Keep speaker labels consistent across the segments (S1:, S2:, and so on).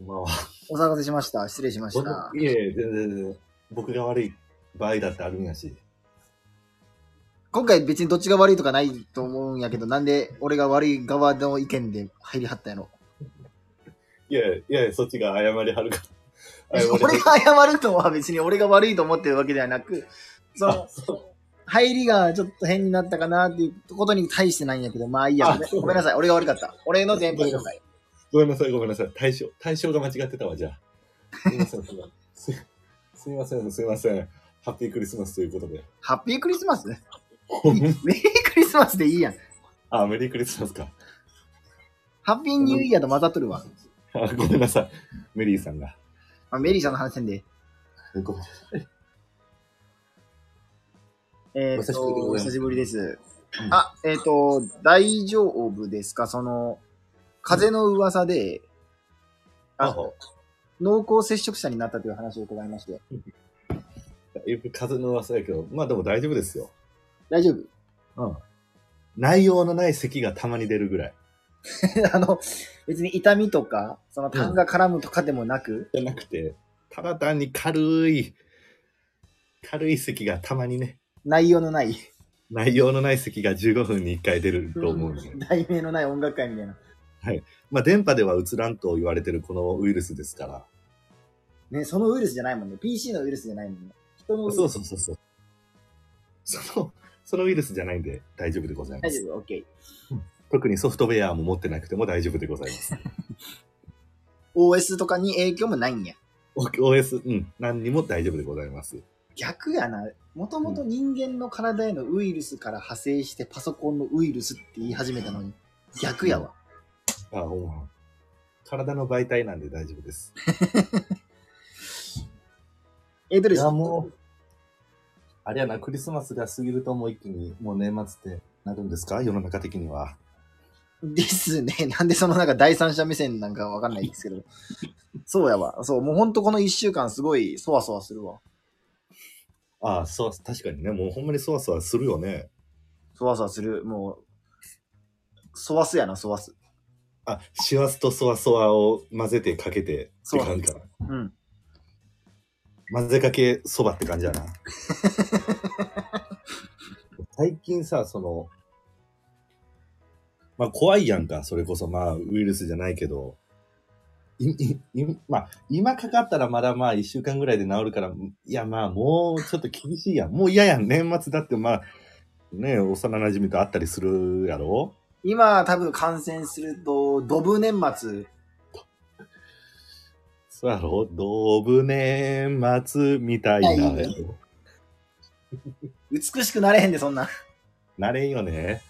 S1: ばんは。
S2: お騒がせしました。失礼しました
S1: 僕。いえいえ、全然全然。僕が悪い場合だってあるんやし。
S2: 今回別にどっちが悪いとかないと思うんやけど、なんで俺が悪い側の意見で入りはったんやろ。
S1: いやいや、そっちが謝りはるから。謝りは
S2: 俺
S1: る
S2: が謝るのは別に俺が悪いと思ってるわけではなく、その、入りがちょっと変になったかなっていうことに対してないんやけど、まあいいや
S1: あ、そう
S2: ごめんなさい。俺が悪かった。俺の全部でごめんなさい。
S1: ごめんなさい、ごめんなさい。対象、対象が間違ってたわ、じゃあ。すいません、すいすいません、すいません。ハッピークリスマスということで。
S2: ハッピークリスマス メリークリスマスでいいやん。
S1: あ、メリークリスマスか。
S2: ハッピーニューイヤーと混ざっとるわ。
S1: あごめんなさい。メリーさんが。
S2: あメリーさんの話せんで。
S1: ごめん
S2: えー、っと、
S1: お
S2: お
S1: 久
S2: 久
S1: し
S2: しぶりです
S1: う。ん
S2: あ、えーっと、大丈夫ですかその、風の噂で、あの、濃厚接触者になったという話を伺いまして。
S1: だいぶ風の噂やけど、まあでも大丈夫ですよ。
S2: 大丈夫
S1: うん。内容のない咳がたまに出るぐらい。
S2: あの、別に痛みとか、その痰が絡むとかでもなく、
S1: じゃなくて、ただ単に軽い、軽い咳がたまにね、
S2: 内容のない、
S1: 内容のない咳が15分に1回出ると思うので、
S2: 題名のない音楽会みたいな。
S1: まあ電波ではうつらんと言われてるこのウイルスですから、
S2: ね、そのウイルスじゃないもんね。PC のウイルスじゃないもんね。人のウイルス。
S1: そうそうそうそう。その、そのウイルスじゃないんで大丈夫でございま
S2: 大
S1: す。
S2: 丈夫、OK。
S1: 特にソフトウェアも持ってなくても大丈夫でございます。
S2: OS とかに影響もないんや。
S1: OS、うん、何にも大丈夫でございます。
S2: 逆やな。もともと人間の体へのウイルスから派生してパソコンのウイルスって言い始めたのに、逆やわ。
S1: あ、ほんま。体の媒体なんで大丈夫です。
S2: えーと
S1: い
S2: です
S1: や、もう、あれやな、クリスマスが過ぎるともう一気に、もう年末ってなるんですか世の中的には。
S2: ですね。 なんでそのなんか第三者目線なんかわかんないですけど。そうやわ。そう、もうほんとこの一週間すごいそわそわするわ。
S1: ああ、そう、確かにね、もうほんまにそわそわするよね。
S2: そわそわする。もう、そわすやな、そわす。
S1: あ、師走とそわそわを混ぜてかけてって感じかな。
S2: うん。
S1: 混ぜかけそばって感じ だな。最近さ、その、まあ怖いやんか、それこそ、まあウイルスじゃないけど、い、い、いまあ今かかったらまだまあ一週間ぐらいで治るから、いやまあもうちょっと厳しいやん。もう嫌やん。年末だってまあ、ね幼馴染と会ったりするやろ
S2: 今、多分感染すると、ドブ年末、
S1: そうやろドブ年末みたいなやろ。
S2: 美しくなれへんで、そんな。
S1: なれんよね。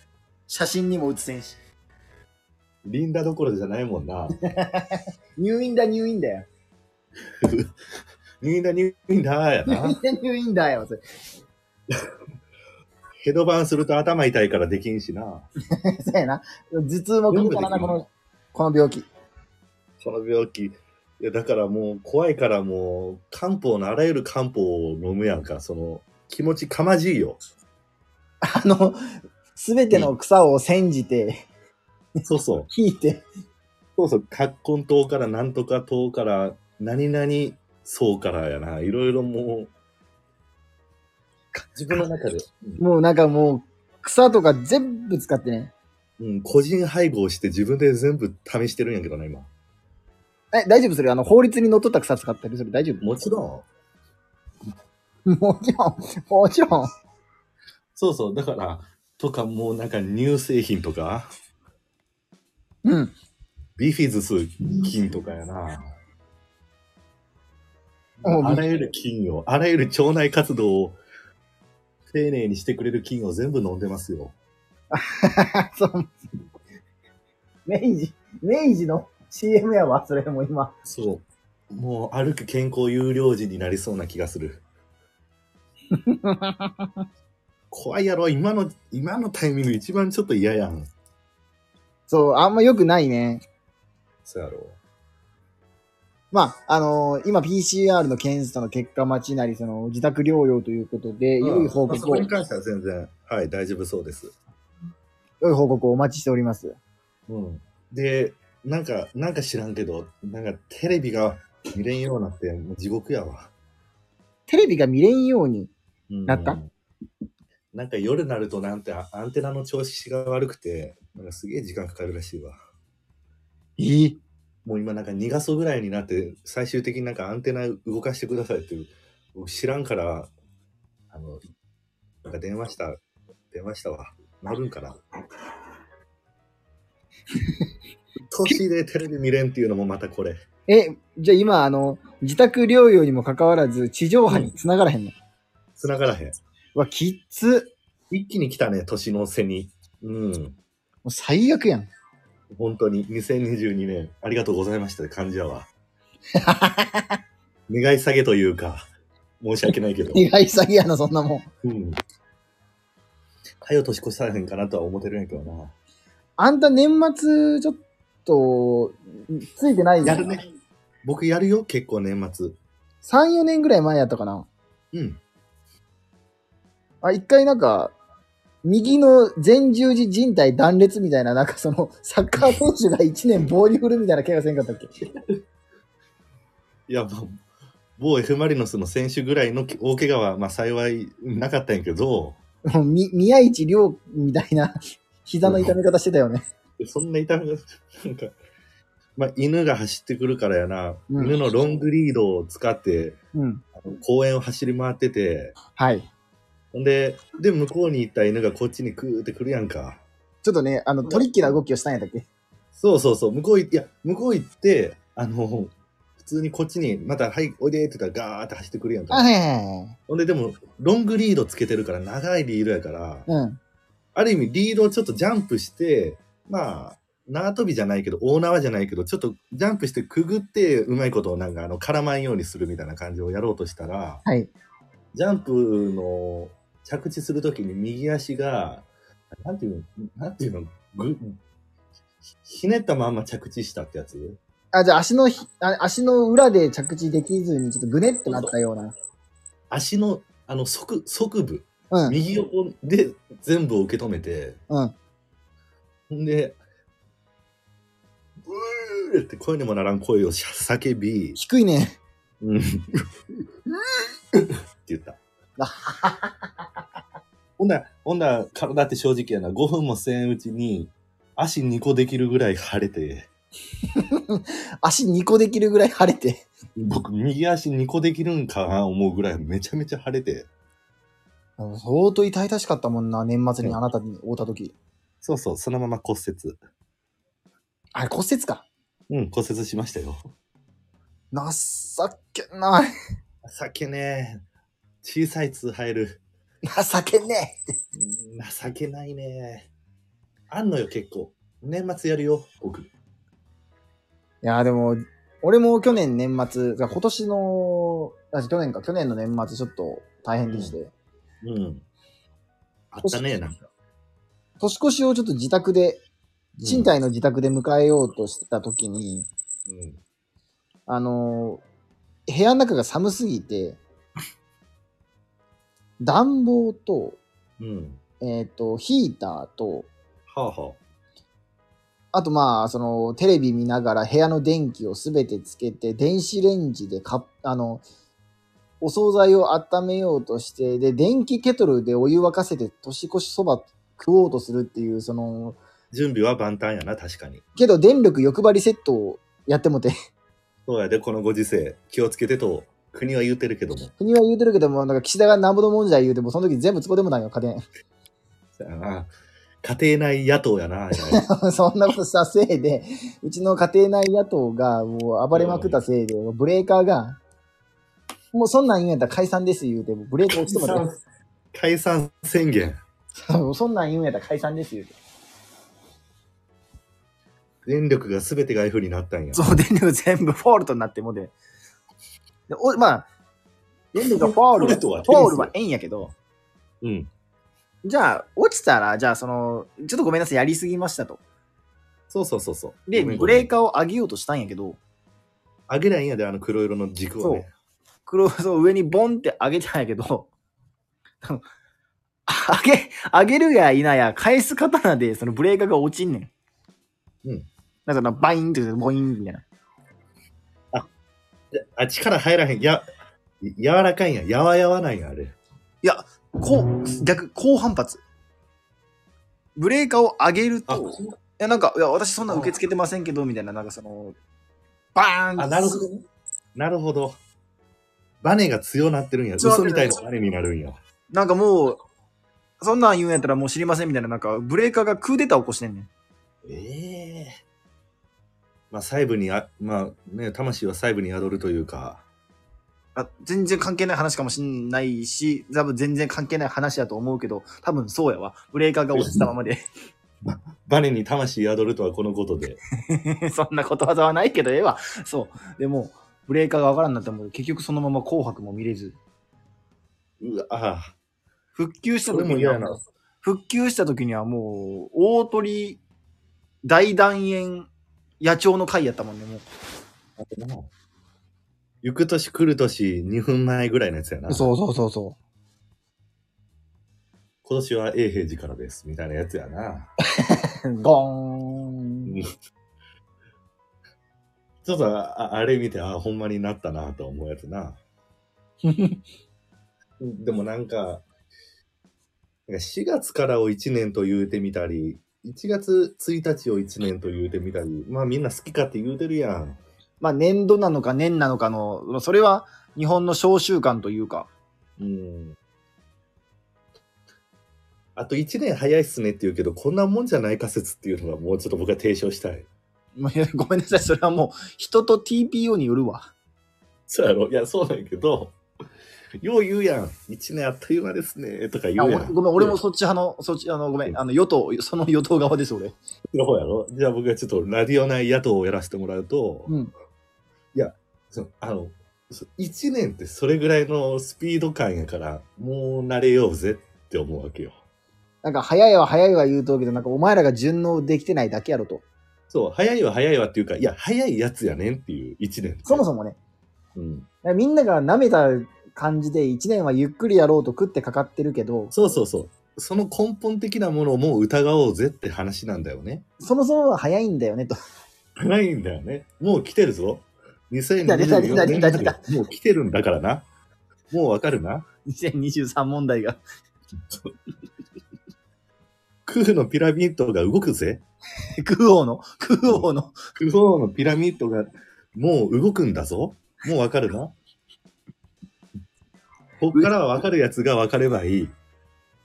S2: 写真にも写せんし。
S1: リンダどころじゃないもんな。
S2: 入院だ、入院だよ。
S1: 入院だ入院だや
S2: 入
S1: な。
S2: 院だ、 入院だよ。それ
S1: ヘドバンすると頭痛いからできんしな。
S2: そうやな。頭痛も来るからな、この、この病気。
S1: その病気。いやだからもう怖いからもう漢方のあらゆる漢方を飲むやんか。その気持ちかまじいよ。
S2: あの、すべての草を煎じて、
S1: そうそう。
S2: 引いて、
S1: そうそう。葛根糖からなんとか糖から何々そうからやな。いろいろもう自分の中で、
S2: もうなんかもう、草とか全部使ってね。
S1: うん、個人配合して自分で全部試してるんやけどな、今。
S2: え、大丈夫それあの、法律にのっとった草使ったり、それ大丈夫
S1: もちろん。
S2: もちろん、もちろん。
S1: そうそう。だから、とかもうなんか乳製品とか。
S2: うん。
S1: ビフィズス菌とかやな。
S2: うん
S1: あらゆる菌を、あらゆる腸内活動を丁寧にしてくれる菌を全部飲んでますよ。
S2: そう。 明治、明治の CM やわ、それも今。
S1: そう。もう歩く健康有料児になりそうな気がする。怖いやろ今の、今のタイミング一番ちょっと嫌やん。
S2: そう、あんま良くないね。
S1: そうやろ
S2: まあ、あのー今 PCR の検査の結果待ちなり、その自宅療養ということで、良い報
S1: まあそ
S2: 告を、
S1: こに関しては全然、はい、大丈夫そうです。
S2: 良い報告をお待ちしております。
S1: うん。で、なんか、なんか知らんけど、なんかテレビが見れんようになって、もう地獄やわ。
S2: テレビが見れんように。
S1: うん
S2: なった
S1: なんか夜になるとなんてあアンテナの調子が悪くて、なんかすげえ時間かかるらしいわ。
S2: ええ
S1: もう今なんか2画素ぐらいになって、最終的になんかアンテナ動かしてくださいって、僕知らんから、あの、なんか電話した、電話したわ。なるん かな。年でテレビ見れんっていうのもまたこれ。
S2: え、じゃあ今、あの、自宅療養にもかかわらず、地上波に繋がらへんの。
S1: 繋がらへん。
S2: うわ、きっつ。
S1: 一気に来たね、年の瀬に。うん。
S2: もう最悪やん。
S1: 本当に、2022年、ありがとうございましたって感じやわ。願い下げというか、申し訳ないけど。
S2: 意外詐欺やな、そんなもん。
S1: うん。はよ年越されへんかなとは思ってるんやけどな。
S2: あんた年末、ちょっと、ついてない
S1: やるね。僕やるよ、結構年末。
S2: 3、4年ぐらい前やったかな。
S1: うん。
S2: あ、一回なんか、右の前十字靭帯断裂みたいな、なんかその、サッカー選手が1年棒に振るみたいな怪我せんかったっけ
S1: いや、もう、某 F ・マリノスの選手ぐらいの大怪我は、まあ幸いなかったんやけど、
S2: もうみ宮市亮みたいな膝の痛め方してたよね。
S1: そんな痛みが、なんか、まあ犬が走ってくるからやな、
S2: うん
S1: 犬のロングリードを使って、
S2: うん。
S1: あの公園を走り回ってて、
S2: はい。
S1: ほんで、で、向こうに行った犬がこっちにクーってくるやんか。
S2: ちょっとね、あの、トリッキーな動きをしたんやったっけ
S1: そうそうそう、向こう行って、いや、向こう行って、あの、普通にこっちに、また、はい、おいでって言ったらガーって走ってくるやん
S2: あ、
S1: か。
S2: はいはいはいはい。
S1: ほんで、でも、ロングリードつけてるから、長いリードやから、
S2: うん。
S1: ある意味、リードをちょっとジャンプして、まあ、縄跳びじゃないけど、大縄じゃないけど、ちょっとジャンプしてくぐって、うまいことをなんか、あの、絡まんようにするみたいな感じをやろうとしたら、
S2: はい。
S1: ジャンプの着地するときに右足が、なんていうの、なんていうの、ぐ、ひひねったまんま着地したってやつ
S2: あ、じゃあ足のひあ、足の裏で着地できずに、ちょっとぐねってなったような。
S1: 足の、あの、側、側部、
S2: うん。
S1: 右横で全部を受け止めて、
S2: うん。
S1: ほんで、ブーって声にもならん声をしゃ叫び、
S2: 低いね。
S1: うん、って言った。ほんだら、ほんだら、体って正直やな、5分もせんうちに、足2個できるぐらい腫れて、
S2: 足2個できるぐらい腫れて。
S1: 僕、右足2個できるんかな思うぐらいめちゃめちゃ腫れて、
S2: 相当痛々しかったもんな、年末にあなたに会うた時。
S1: そうそう、そのまま骨折。
S2: あれ骨折か。
S1: うん、骨折しましたよ。
S2: 情けない。
S1: 情けねえ。小さい通入る。
S2: 情けねえ。
S1: 情けないねあんのよ、結構。年末やるよ、僕。
S2: いや、でも、俺も去年年末、今年の、あ去年か、去年の年末ちょっと大変でして、
S1: うん。あったね、なんか。
S2: 年越しをちょっと自宅で、
S1: うん
S2: 賃貸の自宅で迎えようとしてた時に、
S1: うん。
S2: あのー、部屋の中が寒す ぎて、暖房と、
S1: うん。
S2: えっ、と、ヒーターと、
S1: はあは
S2: あとまあ、その、テレビ見ながら部屋の電気をすべてつけて、電子レンジでか、あの、お惣菜を温めようとして、で、電気ケトルでお湯沸かせて年越しそば食おうとするっていう、その、
S1: 準備は万端やな、確かに。
S2: けど電力欲張りセットをやってもて、
S1: そうやで、このご時世、気をつけてと、国は言うてるけども。
S2: 国は言うてるけども、なんか岸田がなんぼのもんじゃ言うても、その時全部つこでもないよ、家電。
S1: そやな家庭内野党やな、あれ
S2: そんなことしたせいで、うちの家庭内野党がもう暴れまくったせいで、ブレーカーが、もうそんなん言うんやったら解散です言うて、ブレーカー落ちてもらって。
S1: 解散宣言。
S2: そうそんなん言うんやったら解散ですよ。
S1: 電力が全てが F になったんや。
S2: そう、電力全部フォールトになってもうて。で、おまあ、電力がフォール
S1: フォー
S2: は、
S1: ルトは
S2: フォールはええんやけど、
S1: うん。
S2: じゃあ、落ちたら、じゃあ、その、ちょっとごめんなさい、やりすぎましたと。
S1: そうそうそうそう。
S2: で、
S1: ごめん
S2: ブレー。カーを上げようとしたんやけど、
S1: あげりゃいいんやで、あの黒色の軸をね。
S2: 黒、そう、上にボンって上げたんやけど、あの上げ、上げるやいなや、返す刀で、そのブレーカーが落ちんねん。
S1: うん。
S2: なんかなバインって、ボインみたいな。
S1: であ、力入らへん。や、柔らかいんや。やわやわなんや、あれ。
S2: こう、逆、高反発。ブレーカーを上げる
S1: あ、
S2: と、いや、なんか、いや、私そんな受け付けてませんけど、みたいな、なんかその、バーン
S1: あなるほどね。なるほど。バネが強なってるんや。
S2: 強なっ
S1: 嘘
S2: てる
S1: みたいなバネになるんや。
S2: なんかもう、そんなん言うんやったらもう知りませんみたいな、なんか、ブレーカーがクーデター起こしてんねん。
S1: ええまあ、細部にあ、まあね、魂は細部に宿るというか。
S2: あ全然関係ない話かもしんないし、多分全然関係ない話だと思うけど、多分そうやわ。ブレーカーが落ちたままで。
S1: バネに魂宿るとはこのことで。
S2: そんなことわざはないけど、ええわ。そう。でも、ブレーカーがわからんなったらもう結局そのまま紅白も見れず。
S1: うわ、あ
S2: 復旧した時
S1: それも
S2: に
S1: 嫌
S2: は
S1: やな
S2: 復旧した時にはもう、大鳥、大団円、野鳥の会やったもんね、もう。
S1: あ行く年来る年2分前ぐらいのやつやな。
S2: うそうそうそ
S1: 今年は永平寺からです。みたいなやつやな。
S2: う。ゴーン。
S1: ちょっとああれ見て、あ、ほんまになったなと思うやつ な。でもなんか、なんか4月からを1年と言うてみたり、1月1日を1年と言うてみたり、まあみんな好きかって言うてるやん。
S2: まあ年度なのか年なのかの、それは日本の小習慣というか、
S1: うん。あと1年早いっすねって言うけど、こんなもんじゃない仮説っていうのがもうちょっと僕は提唱したい。
S2: まあいや ごめんなさい、それはもう人と TPO によるわ。
S1: そうやろいや、そうなんやけど、よう言うやん。1年あっという間ですね。とか言うや
S2: あ
S1: ん。
S2: ごめん、俺も
S1: そ
S2: そっち派の、そっち、あの、ごめん、あの、与党、その与党側です、俺。
S1: の方やろじゃあ僕はちょっとラディオ内野党をやらせてもらうと、
S2: うん
S1: いや、そのあの、そ1年ってそれぐらいのスピード感やから、もう慣れようぜって思うわけよ。
S2: なんか、早いは早いは言うとうけど、なんか、お前らが順応できてないだけやろと。
S1: そう、早いは早いわっていうか、いや、早いやつやねんっていう1年って。
S2: そもそもね、
S1: うん。
S2: みんなが舐めた感じで、1年はゆっくりやろうと食ってかかってるけど、
S1: そうそうそう。その根本的なものをもう疑おうぜって話なんだよね。
S2: そもそもは早いんだよね、と。
S1: ないんだよね。もう来てるぞ。
S2: た出た出た
S1: 2024
S2: 出
S1: 年
S2: た
S1: だ
S2: 出た
S1: よもう来てるんだからな。もうわかるな。
S2: 2023問題が。
S1: 空のピラミッドが動くぜ。
S2: 空王の、空王の。
S1: 空のピラミッドがもう動くんだぞ。もうわかるな。こっからはわかるやつがわかればいい。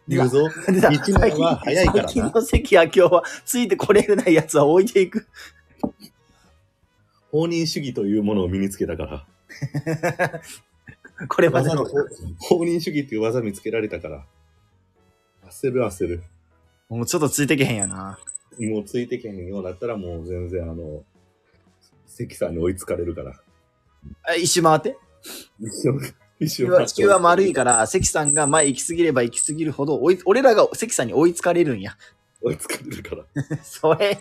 S1: 言うぞ。
S2: 出た
S1: 一年は早いからな
S2: 最近の関明夫は、ついてこれるないやつは置いていく。
S1: 放任主義というものを身につけたから。
S2: これまで
S1: 技
S2: の
S1: の。放任主義っていう技見つけられたから。焦る焦る。
S2: もうちょっとついてけへんやな。
S1: もうついてけへんようになったらもう全然あの、関さんに追いつかれる から。
S2: あ一周回って。
S1: 一生一
S2: 地
S1: 生
S2: 球は地球は丸い
S1: か
S2: から、関さんが前行き過ぎれば行き過ぎるほど追い、俺らが関さんに追いつかれるんや。
S1: 追いつかれるから。
S2: それ、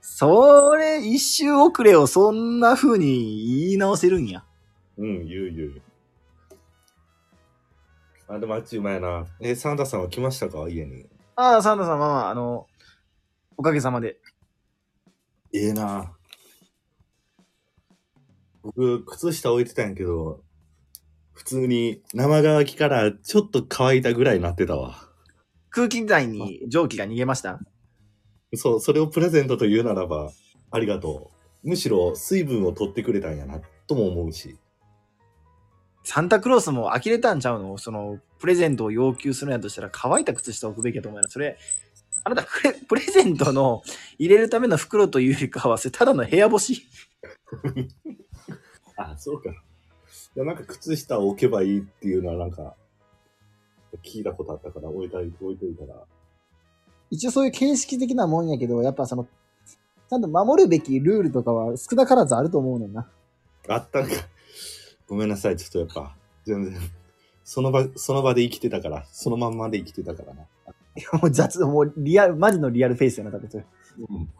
S2: それ、一周遅れをそんな風に言い直せるんや。
S1: うん、言う言う。あ、でもあっちうまいな。え、サンタさんは来ましたか家に。
S2: ああ、サンタさんは、まあ、あの、おかげさまで。
S1: ええな僕、靴下置いてたんやけど、普通に生乾きからちょっと乾いたぐらいになってたわ。
S2: 空気台に蒸気が逃げました。
S1: そう、それをプレゼントというならば、ありがとう。むしろ水分を取ってくれたんやな、とも思うし。
S2: サンタクロースも呆れたんちゃうのその、プレゼントを要求するんやとしたら乾いた靴下を置くべきやと思うよな。それ、あなた プレ、プレゼントの入れるための袋というよりかは、それただの部屋干し。
S1: あ、そうか。いや、なんか靴下を置けばいいっていうのはなんか、聞いたことあったから、置いたい、置いといたら。
S2: 一応そういう形式的なもんやけど、やっぱその、ちゃんと守るべきルールとかは少なからずあると思うねんな。
S1: あったんか。ごめんなさい、ちょっとやっぱ、全然、その場、その場で生きてたから、そのまんまで生きてたからな。
S2: もう雑、もうリアル、マジのリアルフェイスやな、多分それ。
S1: うん。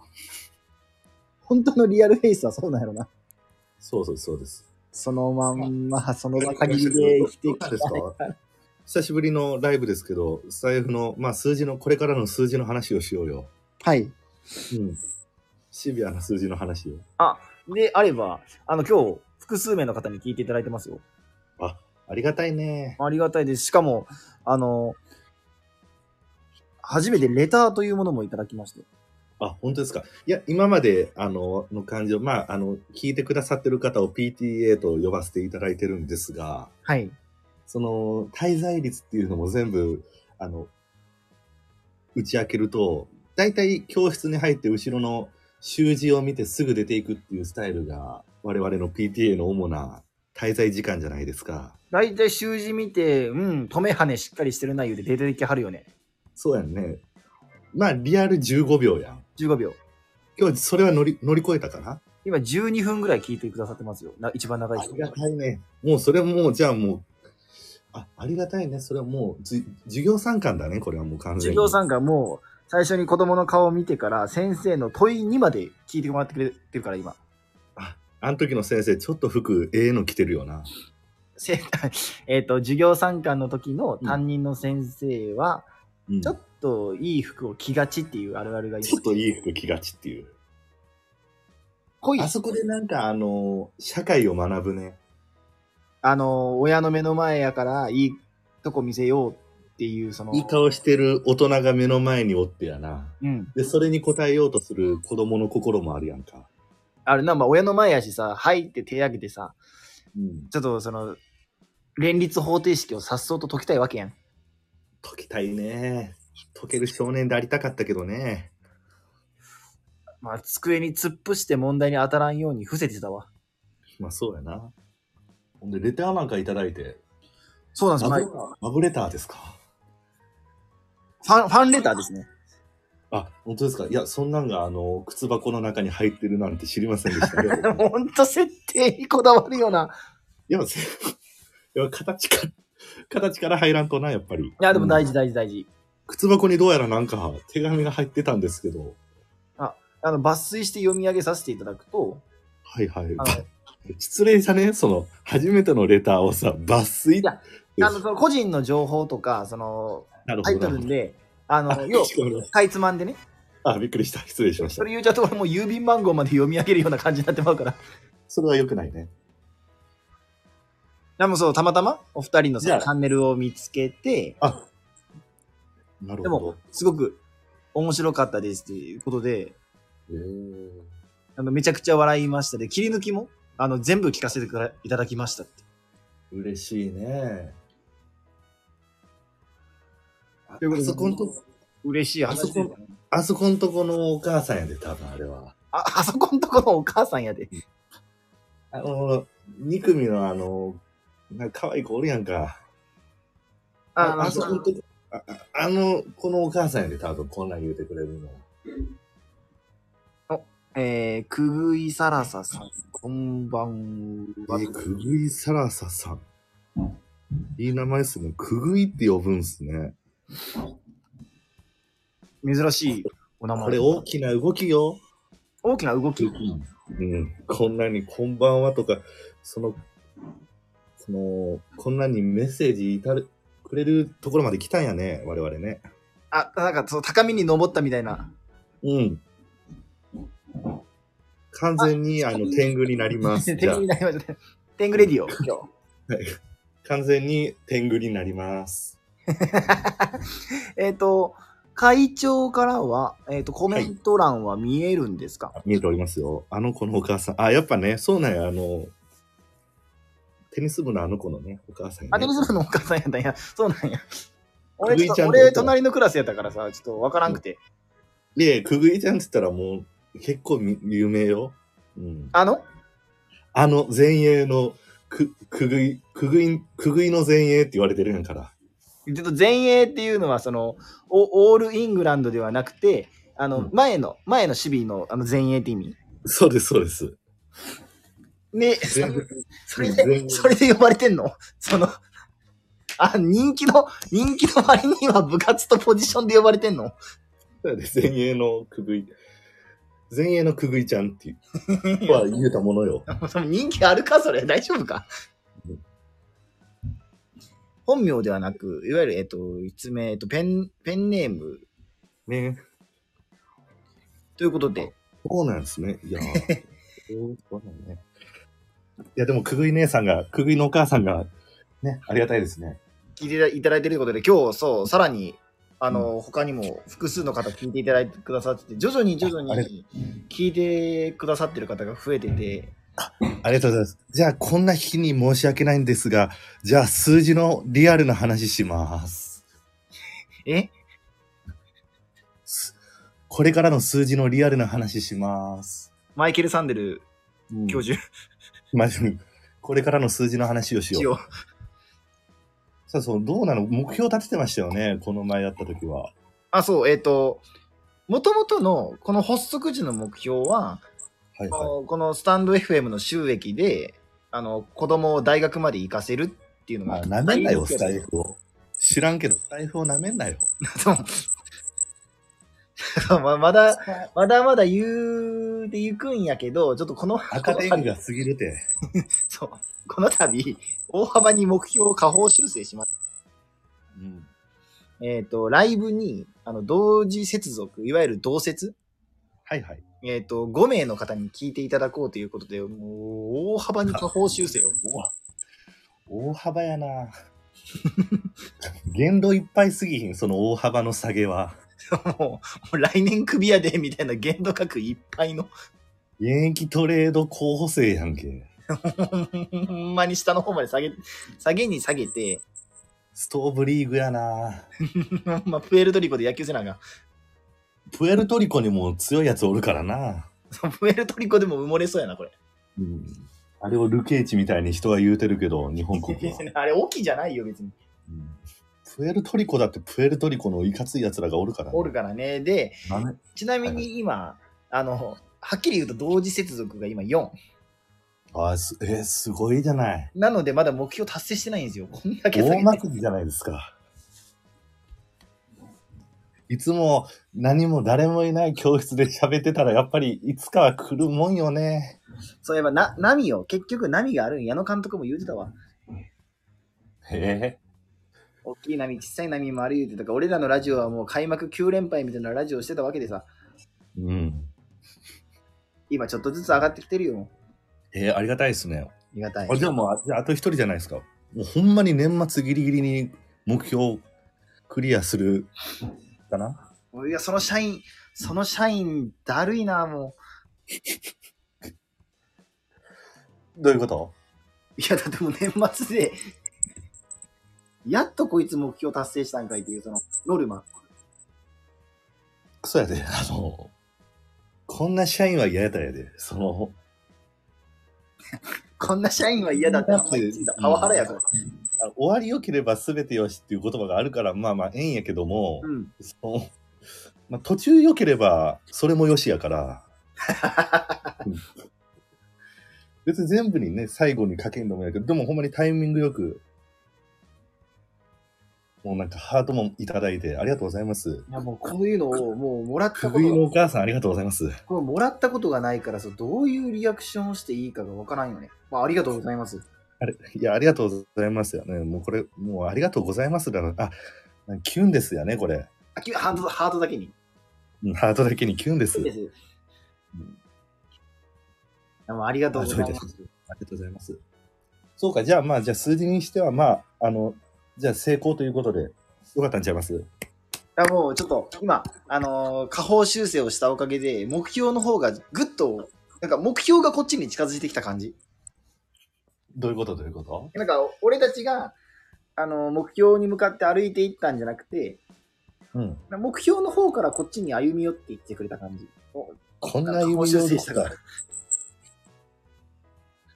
S2: 本当のリアルフェイスはそうなんやろな。
S1: そうそう、そうです。
S2: そのまんま、その場限りで生きて
S1: どうなんですか久しぶりのライブですけど、財布の、まあ数字の、これからの数字の話をしようよ。
S2: はい。
S1: うん。シビアな数字の話よ。
S2: であれば、あの、今日、複数名の方に聞いていただいてますよ。
S1: ありがたいね。
S2: ありがたいです。しかも、あの、初めてレターというものもいただきまして。
S1: あ、本当ですか。いや、今まで、あの、の感じを、まあ、あの、聞いてくださってる方を PTA と呼ばせていただいてるんですが、
S2: はい。
S1: その、滞在率っていうのも全部、あの、打ち明けると、大体教室に入って後ろの習字を見てすぐ出ていくっていうスタイルが、我々の PTA の主な滞在時間じゃないですか。
S2: 大体、習字見て、うん、止め跳ねしっかりしてるな、言うて出てきはるよね。
S1: そうやんね。まあ、リアル15秒やん。
S2: 15秒。
S1: 今日、それは乗り、乗り越えたかな
S2: 今、12分ぐらい聞いてくださってますよ。な一番長い
S1: あ
S2: 人
S1: り。がたいね。もうそれはもう、じゃあもう、あ、ありがたいね。それはもう、じ授業参観だね。これはもう完全
S2: 授
S1: に。
S2: 業参観もう、最初に子供の顔を見てから、先生の問いにまで聞いてもらってくれてるから、今。
S1: あ、あの時の先生、ちょっと服、ええの着てるよな。
S2: せ えっと、授業参観の時の担任の先生は、
S1: うん
S2: ちょっといい服を着がちっていうあるあるがい
S1: ちょっといい服着がちっていう。
S2: 濃い
S1: あそこでなんか、あの、社会を学ぶね。
S2: あの、親の目の前やから、いいとこ見せようっていう、その、
S1: いい顔してる大人が目の前におってやな。
S2: うん。
S1: で、それに応えようとする子供の心もあるやんか。
S2: あれな、まあ、親の前やしさ、はいって手挙げてさ、
S1: うん。
S2: ちょっとその、連立方程式をさっそうと解きたいわけやん。
S1: 解きたいね。解ける少年でありたかったけどね。
S2: まあ、机に突っ伏して問題に当たらんように伏せてたわ。
S1: まあそうやな。ほんで、レターなんかいただいて、
S2: そうなんです
S1: ラ
S2: よ
S1: ブラブレターですか
S2: ファン、ファンレターですね。
S1: あ、本当ですかいや、そんなんが、あの、靴箱の中に入ってるなんて知りませんで したね。
S2: ほんと設定にこだわるような。
S1: いや、せいや形から、形から入らんとな、やっぱり。
S2: いや、でも大事
S1: だ。
S2: 大事大事。
S1: 靴箱にどうやらなんか手紙が入ってたんですけど、
S2: あの、抜粋して読み上げさせていただくと、
S1: はいはい
S2: あ。
S1: 失礼したね、その、初めてのレターをさ、抜粋
S2: いやの、あのその個人の情報とか、その、
S1: なる
S2: 入
S1: ほ
S2: っと
S1: ど
S2: るん
S1: な。
S2: で、あ
S1: あ
S2: の、要
S1: かしこまりまし
S2: かいつまんでね、
S1: たあ、びっくりした。失礼しまし
S2: そ
S1: た
S2: れ。言うちゃうと俺もう郵便番号まで読み上げるような感じになってまうから。
S1: それは良くないね。
S2: でもそう、たまたまお二人の
S1: じゃあ
S2: さチャンネルを見つけて、
S1: なる
S2: で
S1: ほど
S2: も。すごく面白かったですっていうことで、
S1: えー
S2: あのめちゃくちゃ笑いましたで、切り抜きもあの全部聞かせてくれいただきましたって。
S1: 嬉しいね。あ
S2: ということで
S1: そこんと、
S2: 嬉しい話
S1: あそこあそこんとこのお母さんやで、多分あれは。
S2: あ、 あそこんとこのお母さんやで。
S1: あの、2組のあの、なんか可愛い子おるやんか。
S2: あ
S1: あそこんとこ、あああの、このお母さんやで、多分こんなん言うてくれるの。
S2: えー、くぐいさらささん、こんばんは。
S1: え、くぐいさらささん。いい名前っすね。くぐいって呼ぶんすね。
S2: 珍しいお名前。
S1: これ大きな動きよ。
S2: 大きな動き。
S1: うん、こんなに「こんばんは」とかそのそのこんなにメッセージいたるくれるところまで来たんやね我々ね
S2: あ、なんか、そう、高みに登ったみたいな。
S1: うん完全にあの 天狗になりま すじ
S2: 天
S1: ゃあ
S2: 狗になりましたね。天狗レディオ、今日。
S1: 完全に天狗になります
S2: えっと、会長からは、えっ、と、コメント欄は見えるんですか、
S1: あ見えておりますよあの子のお母さんあやっぱねそうなんやあのテニス部のあの子のねお母さんやね
S2: あ、テニス部のお母さんやったんや。そうなんや。俺、
S1: ぐい
S2: ちょっ
S1: ちゃ
S2: と
S1: んと
S2: 俺、隣のクラスやったからさ、ちょっとわからんくて。
S1: でくぐいちゃんっつったらもう結構み有名ようん
S2: あの
S1: あの前衛のく、くぐい、くぐい、くぐいの前衛って言われてるんやから。
S2: ちょっと前衛っていうのは、その、おオールイングランドではなくて、あの、
S1: うん
S2: 前の、前の守備の、あの、前衛って意味。
S1: そうです、そうです。
S2: ね、
S1: 前衛
S2: それ
S1: 前
S2: で、
S1: 衛
S2: それで呼ばれてんのその、あ、人気の、人気の割には部活とポジションで呼ばれてんの
S1: 前衛のくぐい、前衛のくぐいちゃんっていう、は言うたものよ。
S2: その人気あるかそれ大丈夫か
S1: うん
S2: 本名ではなく、いわゆる、えっと、一名、えっと、ペン、ペンネーム
S1: ね
S2: ということで、
S1: そうなんですね。いやーそうなんね。いや、でも、くぐい姉さんが、くぐいのお母さんが、ね、ありがたいですね。
S2: 聞いていただいてるということで、今日、そう、さらに、あの、他にも複数の方聞いていただいてくださってて、徐々に徐々
S1: ああれ
S2: に聞いてくださってる方が増えてて、
S1: ありがとうございます。じゃあ、こんな日に申し訳ないんですが、じゃあ、数字のリアルな話します。
S2: え
S1: これからの数字のリアルな話します。
S2: マイケル・サンデル
S1: うん
S2: 教授
S1: まあこれからの数字の話をしよう。
S2: を、
S1: さあ、そう、どうなの目標立ててましたよね、この前やった時は。
S2: あ、そう、えっ、と、もともとの、この発足時の目標は、
S1: はい
S2: あ
S1: は
S2: のこのスタンド FM の収益で、あの、子供を大学まで行かせるっていう
S1: い。
S2: の
S1: ま
S2: が。
S1: あ、舐めんなよ、
S2: 大
S1: ス
S2: 目
S1: タ
S2: 標
S1: イ フを。知らんけど、スタイフを舐めんなよ。
S2: そう ままだ、まだまだ言うて行くんやけど、ちょっとこの、
S1: アカデミーが過ぎるて。
S2: そうこの度、大幅に目標を下方修正しまし
S1: うん。
S2: た。えっ、と、ライブに、あの、同時接続、いわゆる同接、
S1: はいはい。
S2: えっ、と、5名の方に聞いていただこうということで、もう、大幅に下方修正を。
S1: うわ大幅やな言動いっぱいすぎひん、その大幅の下げは。
S2: もう、もう来年クビアで、みたいな限度額いっぱいの、
S1: 現役トレード候補生やんけ。
S2: ほんまに下の方まで下げ、下げに下げて、
S1: ストーブリーグやな
S2: まあ、プエルトリコで野球せなあかん
S1: プエルトリコにも強いやつおるからな。
S2: そうプエルトリコでも埋もれそうやな、これ。
S1: うん。あれをルケーチみたいに人は言うてるけど、日本国は。
S2: あれ、沖じゃないよ、別に。
S1: うんプエルトリコだってプエルトリコのいかついやつらがおるから、ね。
S2: おるからね。で、
S1: なめ
S2: ちなみに今、あの、はっきり言うと同時接続が今4。
S1: あーす、えーすごいじゃない。
S2: なので、まだ目標達成してないんですよ。こんだけ下げ
S1: 大
S2: て
S1: まくじじゃないですか。いつも何も誰もいない教室で喋ってたらやっぱりいつかは来るもんよね。
S2: そういえば、な、波を、結局波があるん。矢野監督も言うてたわ。
S1: へえ。
S2: 大きい波、小さい波もある言うてたから、俺らのラジオはもう開幕9連敗みたいなラジオしてたわけでさ、
S1: うん。
S2: 今ちょっとずつ上がってきてるよ。
S1: えーありがたいですね。
S2: ありがたい
S1: あ。じゃあもうあじゃああと一人じゃないですか。もうほんまに年末ギリギリに目標をクリアするかな。
S2: いや、その社員、その社員、だるいな、も
S1: どういうこと
S2: う。いや、だってもう年末で、やっとこいつ目標達成したんかいっていう、その、ノルマ。
S1: そうやで、あの、こんな社員は嫌やったんやで。その、
S2: こんな社員は嫌だって、パワハラやから。
S1: あ終わり良ければ全てよしっていう言葉があるから、まあまあ、ええんやけども、
S2: うん。
S1: そのまあ、途中良ければ、それもよしやから。うん別に全部にね、最後にかけんでもやけど、でもほんまにタイミングよく、もうなんかハートもいただいて、ありがとうございます。
S2: いや、もうこういうのを、もうもらった
S1: く
S2: こ
S1: ぐいの
S2: と
S1: お母さん、ありがとうございます。
S2: が、これもらったことがないから、そうどういうリアクションをしていいかがわからんよね。まあ、ありがとうございます。
S1: あれいや、ありがとうございますよね。もうこれ、もうありがとうございますだな。あ、キュンですよね、これ。
S2: あ、きハート、ハートだけに。
S1: うんハートだけにキュンです。
S2: いいです。いやもうありがとうございます。
S1: ありがとうございます。そうか、じゃあまあ、じゃあ数字にしては、まあ、あの、じゃあ成功ということで、よかったんちゃいます
S2: いやもうちょっと今、あのー下方修正をしたおかげで、目標の方がぐっと、なんか目標がこっちに近づいてきた感じ。
S1: どういうことどういうこと
S2: なんか俺たちが、あのー目標に向かって歩いていったんじゃなくて、
S1: うん。
S2: 目標の方からこっちに歩み寄っていってくれた感じ。
S1: こん
S2: な
S1: な意味よること
S2: か
S1: ある。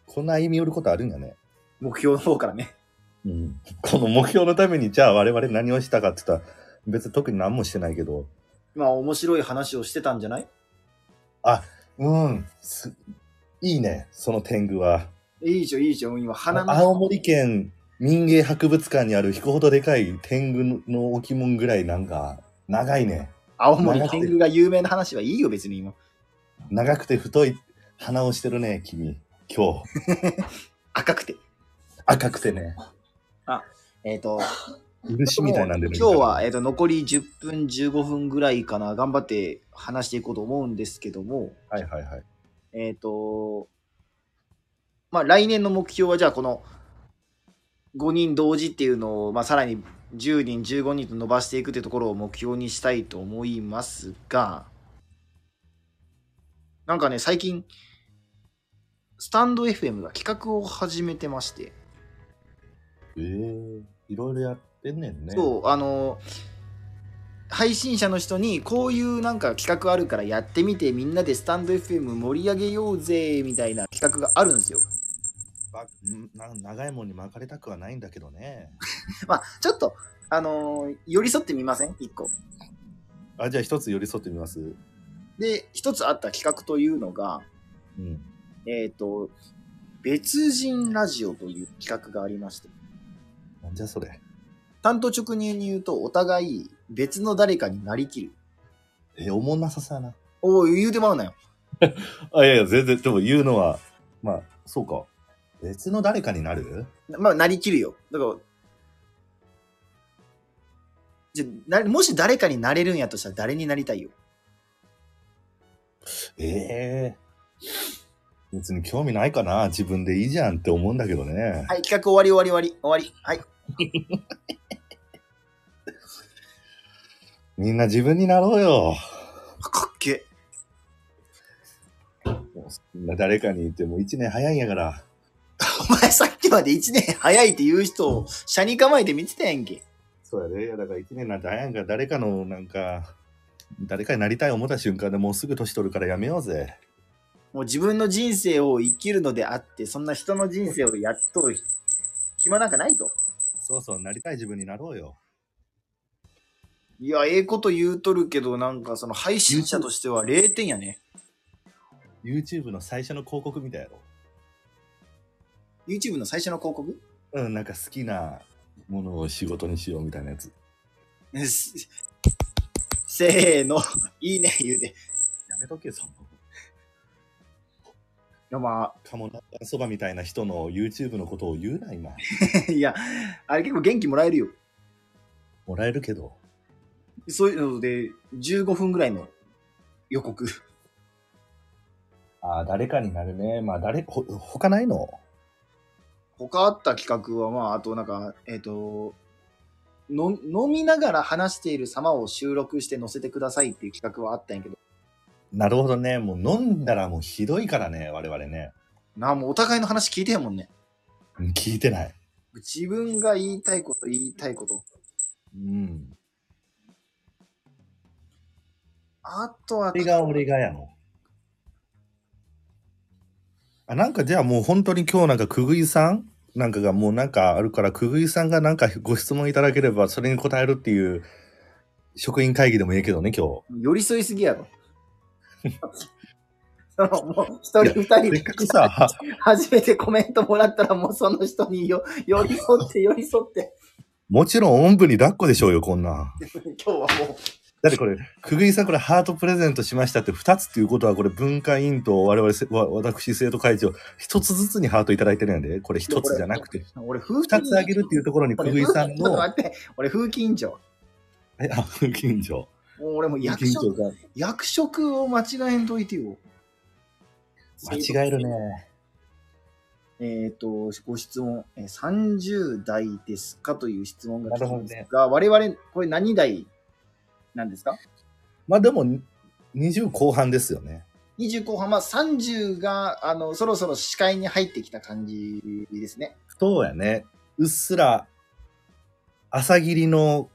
S1: こんな意味よることあるんやね。
S2: 目標の方からね。
S1: うん。この目標のために、じゃあ我々何をしたかって言ったら、別に特に何もしてないけど、
S2: まあ面白い話をしてたんじゃない
S1: うん。すいいね、その天狗は。
S2: いいじゃん、いいじゃん。今
S1: あ
S2: 鼻
S1: の
S2: の。
S1: 青森県民芸博物館にある引くほどでかい天狗の置物ぐらいなんか、長いね。
S2: 青森天狗が有名な話はいいよ、別に今。
S1: 長くて太い鼻をしてるね、君。今日。
S2: 赤くて。
S1: 赤くてね。
S2: えっ、と、
S1: 漆みたいなんでね
S2: 今日は、えっと残り10分15分ぐらいかな頑張って話していこうと思うんですけども
S1: はいはいはい。
S2: えっ、とまあ来年の目標はじゃあこの5人同時っていうのを、まあ、さらに10人15人と伸ばしていくっていうところを目標にしたいと思いますがなんかね最近スタンド FM が企画を始めてまして
S1: ええいろいろやってんねんね。
S2: そうあの配信者の人にこういうなんか企画あるからやってみてみんなでスタンド FM 盛り上げようぜみたいな企画があるんですよ。
S1: ばんな長いもんに巻かれたくはないんだけどね。
S2: まあちょっとあのー寄り添ってみません一個。
S1: あ、じゃあ一つ寄り添ってみます。
S2: で一つあった企画というのが
S1: うん。
S2: えっ、と別人ラジオという企画がありまして
S1: なんじゃそれ。
S2: 担当直入に言うとお互い別の誰かになりきる。
S1: え、おもんなさそうやな。
S2: おお言うてまうなよ。
S1: あ、いやいや、全然、でも言うのは、まあ、そうか。別の誰かになる
S2: まあ、なりきるよ。だから、じゃなもし誰かになれるんやとしたら誰になりたいよ。
S1: ええ別に興味ないかな。自分でいいじゃんって思うんだけどね。
S2: はい、企画終わり終わり終わり終わり。はい。
S1: みんな自分になろうよ。
S2: かっけ
S1: みんな誰かに言っても一年早いんやから。
S2: え。お前さっきまで1年早いって言う人を、車に構えて見てたやんけ。
S1: そうやで、いやだから一年なんて早いんやから、誰かのなんか、誰かになりたい思った瞬間でもうすぐ年取るからやめようぜ。
S2: もう自分の人生を生きるのであって、そんな人の人生をやっとる暇なんかないと。
S1: そうそう、なりたい自分になろうよ。
S2: いや、ええこと言うとるけど、なんかその配信者としては0点やね。
S1: YouTube の最初の広告みたいやろ。
S2: YouTube の最初の広告
S1: うん、なんか好きなものを仕事にしようみたいなやつ。
S2: すせーの、いいね、言うて。い
S1: やめとけ、その。
S2: や、ま
S1: カモナそばみたいな人の YouTube のことを言うな、今。
S2: あ、 いや、あれ結構元気もらえるよ。
S1: もらえるけど。
S2: そういうので、15分ぐらいの予告。
S1: ああ、誰かになるね。まあ、誰、ほ、他ないの
S2: 他あった企画は、まあ、あとなんか、えっ、と、の飲みながら話している様を収録して載せてくださいっていう企画はあったんやけど、
S1: なるほどね。もう飲んだらもうひどいからね、我々ね。
S2: なあ、もうお互いの話聞いてへんもんね。
S1: うん聞いてない。
S2: 自分が言いたいこと、言いたいこと。
S1: うん。
S2: あとは
S1: こ、れが俺がやの。あ、なんかじゃあもう本当に今日なんかくぐいさんなんかがもうなんかあるから、くぐいさんがなんかご質問いただければそれに答えるっていう職員会議でもいいけどね、今日。
S2: 寄り添いすぎ やろ。そのもう、一人二人
S1: せ
S2: で
S1: っかくさ、
S2: 初めてコメントもらったらもうその人によ寄り添って寄り 添って
S1: もちろんおんぶに抱っこでしょうよ、こんなん。
S2: 今日はも
S1: だってこれ、くぐいさんこれハートプレゼントしましたって2つっていうことは、これ文化委員と我々せ、わ私生徒会長、1つずつにハートいただいてるんやで、これ1つじゃなくて、
S2: う俺風紀委
S1: 2
S2: 員
S1: つあげるっていうところにく
S2: 俺
S1: ぐいさん
S2: ちょっと
S1: の、
S2: 待って俺風紀委員長も
S1: え、あ、近所。
S2: う俺もう役
S1: 近所
S2: 職
S1: が
S2: 役職を間違えんといてよ
S1: 間違えるね。
S2: えっ、とご質問えー30代ですかという質問が来てま
S1: な
S2: す
S1: る
S2: が、我々これ何代なんですか
S1: まあでも、20後半ですよね。
S2: 20後半、まあ、30があのそろそろ視界に入ってきた感じですね
S1: そうやね。うっすら、朝霧の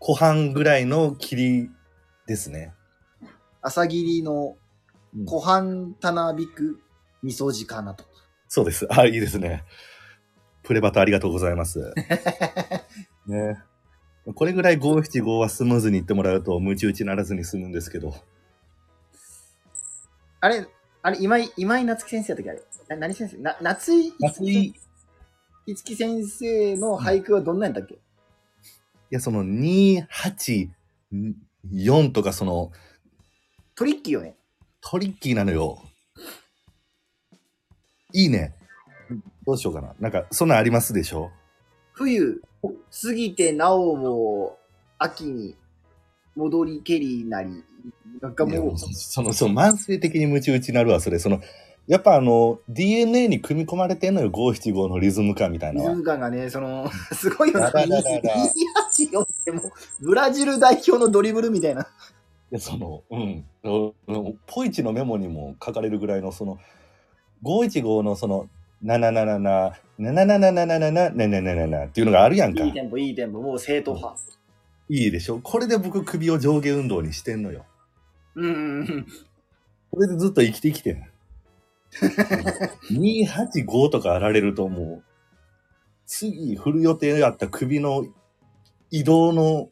S1: 後半ぐらいの霧ですね。
S2: 朝霧の
S1: うん
S2: 湖畔たなびくみそじかなと。
S1: そうです。あ、いいですね。プレバトありがとうございます。ね。これぐらい575はスムーズにいってもらうと、ムチ打ちならずに済むんですけど。
S2: あれ、あれ、今井、今井夏樹先生だっけあれ。な何先生な夏井
S1: 夏井
S2: いつき先生の俳句はどんなんだっけ、
S1: いや、その284とか、その、
S2: トリッキーよね。
S1: トリッキーなのよ。いいね。どうしようかな。なんか、そんなんありますでしょ
S3: 冬、
S2: 過ぎてなおも秋に戻りけりなりが
S1: いや
S2: も
S1: も
S2: う
S1: うその、その慢性的にムチ打ちになるわ、それ。その、やっぱあの、DNA に組み込まれてんのよ、五七五のリズム感みたい
S3: リ
S1: なの
S3: ズ
S1: は。
S3: ム感がね、その、 すごいよね。
S1: だだだだだ
S3: 28ってもうブラジル代表のドリブルみたいな。
S1: いやその、うん。うんポイチのメモにも書かれるぐらいの、その、五一五のその、ななななな、なななななななな、なななななっていうのがあるやんか。
S3: いい
S1: い
S3: テンポ、いいテンポ、もう正統派。
S1: いでしょこれで僕首を上下運動にしてんのよ。
S3: うんうんうん。
S1: これでずっと生きてきてん。285とかあられるともう、次振る予定やった首の移動の、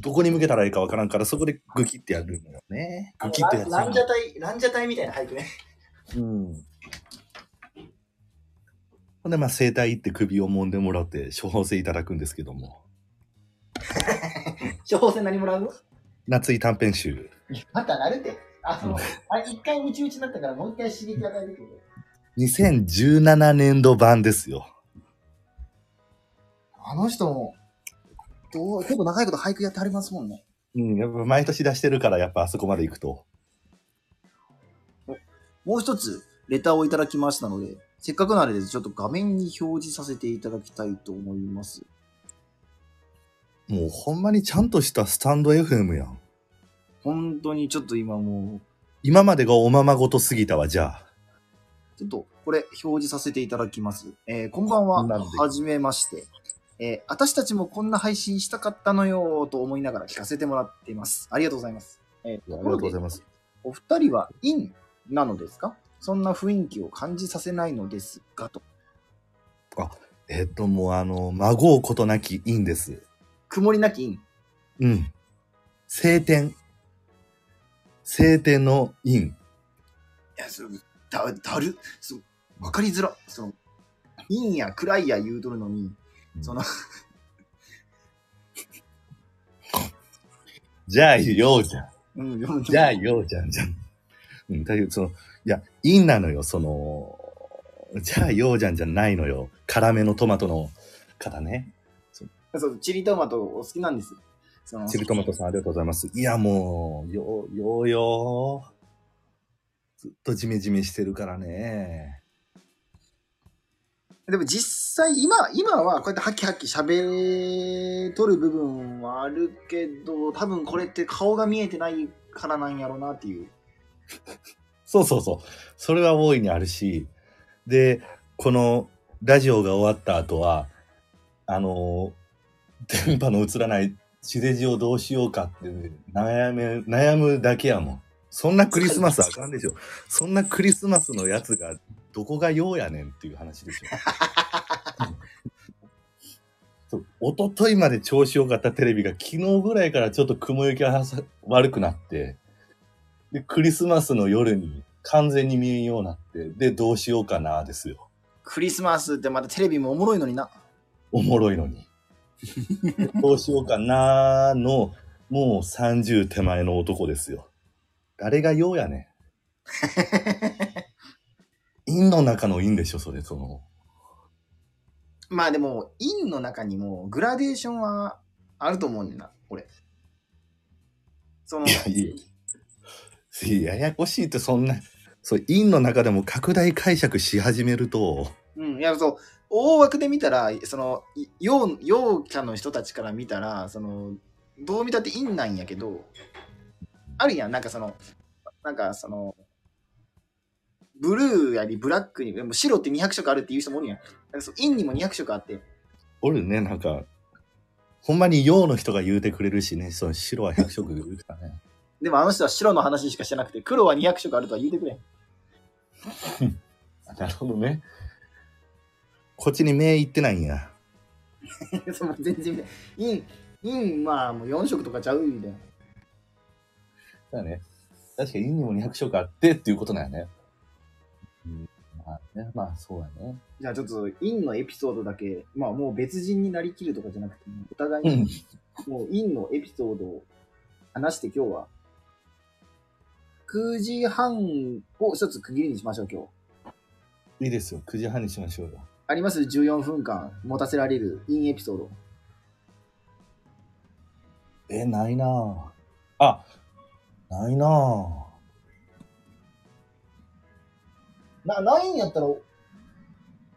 S1: どこに向けたらいいかわからんから、そこでグキってやるのよね。グキってやっちゃ
S3: ラ
S1: う
S3: ンジャタイ、ランジャタイみたいな俳句ね。
S1: の。うん。ほんで、まあ、整体行って首を揉んでもらって、処方箋いただくんですけども。
S3: 処方箋何もらう の
S1: 夏井短編集。
S3: また慣れて。あ、その、あ一回ムチムチになったから、もう一回刺激与えてくる。
S1: 2017年度版ですよ。
S2: あの人もどう結構長いこと俳句やってはりますもんね
S1: うん、やっぱ毎年出してるから、やっぱあそこまで行くと。
S2: もう一つレターをいただきましたのでせっかくなのでちょっと画面に表示させていただきたいと思います
S1: もうほんまにちゃんとしたスタンド FM やん。
S2: 本当にちょっと今もう
S1: 今までがおままごとすぎたわ、じゃあ。
S2: ちょっとこれ表示させていただきます。えーこんばん
S1: こんな
S2: は
S1: んで。
S2: はじめまして。えー私たちもこんな配信したかったのよーと思いながら聞かせてもらっています。ありがとうございます。えー、
S1: ありがとうございます。
S2: お二人はインなのですかそんな雰囲気を感じさせないのですかと。
S1: えっと、もうあの、孫うことなきいいんです。
S2: 曇りなきイン。
S1: うん。晴天。晴天の陰。
S2: いや、そのだ、だる、そのわかりづら。その、インや暗いや言うとるのに、その、
S1: じゃあ、ようじゃん。
S2: うん、 読む
S1: じゃあ、ようじゃんじゃん。うん、だけど、その、いや、陰なのよ、その、じゃあ、ようじゃんじゃないのよ。辛めのトマトの方ね。
S2: そうチリトマトお好きなんです。その
S1: チビトマトさんありがとうございます。いやもう、よう、ようよう。ずっとジメジメしてるからね。
S2: でも実際今、今はこうやってハキハキ喋とる部分はあるけど、多分これって顔が見えてないからなんやろうなっていう。
S1: そうそうそう。それは大いにあるし。で、このラジオが終わった後は、あの、電波の映らない地デジをどうしようかって悩め、悩むだけやもん。そんなクリスマスあかんでしょ。そんなクリスマスのやつが、どこがようやねんっていう話でしょ。そう一昨日まで調子良かったテレビが昨日ぐらいからちょっと雲行きがさ悪くなって、で、クリスマスの夜に完全に見えんようになって、で、どうしようかなですよ。
S2: クリスマスってまたテレビもおもろいのにな。
S1: おもろいのに。でどうしようかなの、もう30手前の男ですよ。誰がようやねん。陰の中の陰でしょ、それ、その。
S2: まあでも、インの中にもグラデーションはあると思うねんだな、俺。その
S1: い、や、いや、いやややこしいってそんな、そう、陰の中でも拡大解釈し始めると、
S2: うん、いや、そう、大枠で見たら、その、い陽、陽キャの人たちから見たら、その、どう見たって陰なんやけど、あるやん、なんかその、なんかその、ブルーやりブラックに、でも白って200色あるっていう人もおるやん。なんかそう陰にも200色あって、
S1: おるね、なんか、ほんまに陽の人が言うてくれるしね、その白は百色言うからね。
S2: でもあの人は白の話しかしてなくて、黒は200色あるとは言うてくれん。
S1: なるほどね。こっちに目いってないんや。
S2: その全然見てない、陰、陰、まあもう4色とかちゃうみたいな。
S1: だね。確かに陰にも200色あってっていうことなんやね。うん、まあね、まあそうやね。
S2: じゃあちょっと、陰のエピソードだけ、まあもう別人になりきるとかじゃなくて、お互いに
S1: うん。
S2: もう、インのエピソードを話して今日は、9時半を一つ区切りにしましょう、今日。
S1: いいですよ。9時半にしましょうよ。
S2: ああ
S3: あります ?14 分間持たせられるインエピソード。
S1: え、ないなぁ。あ、ないなぁ。
S2: な、ないんやったら、い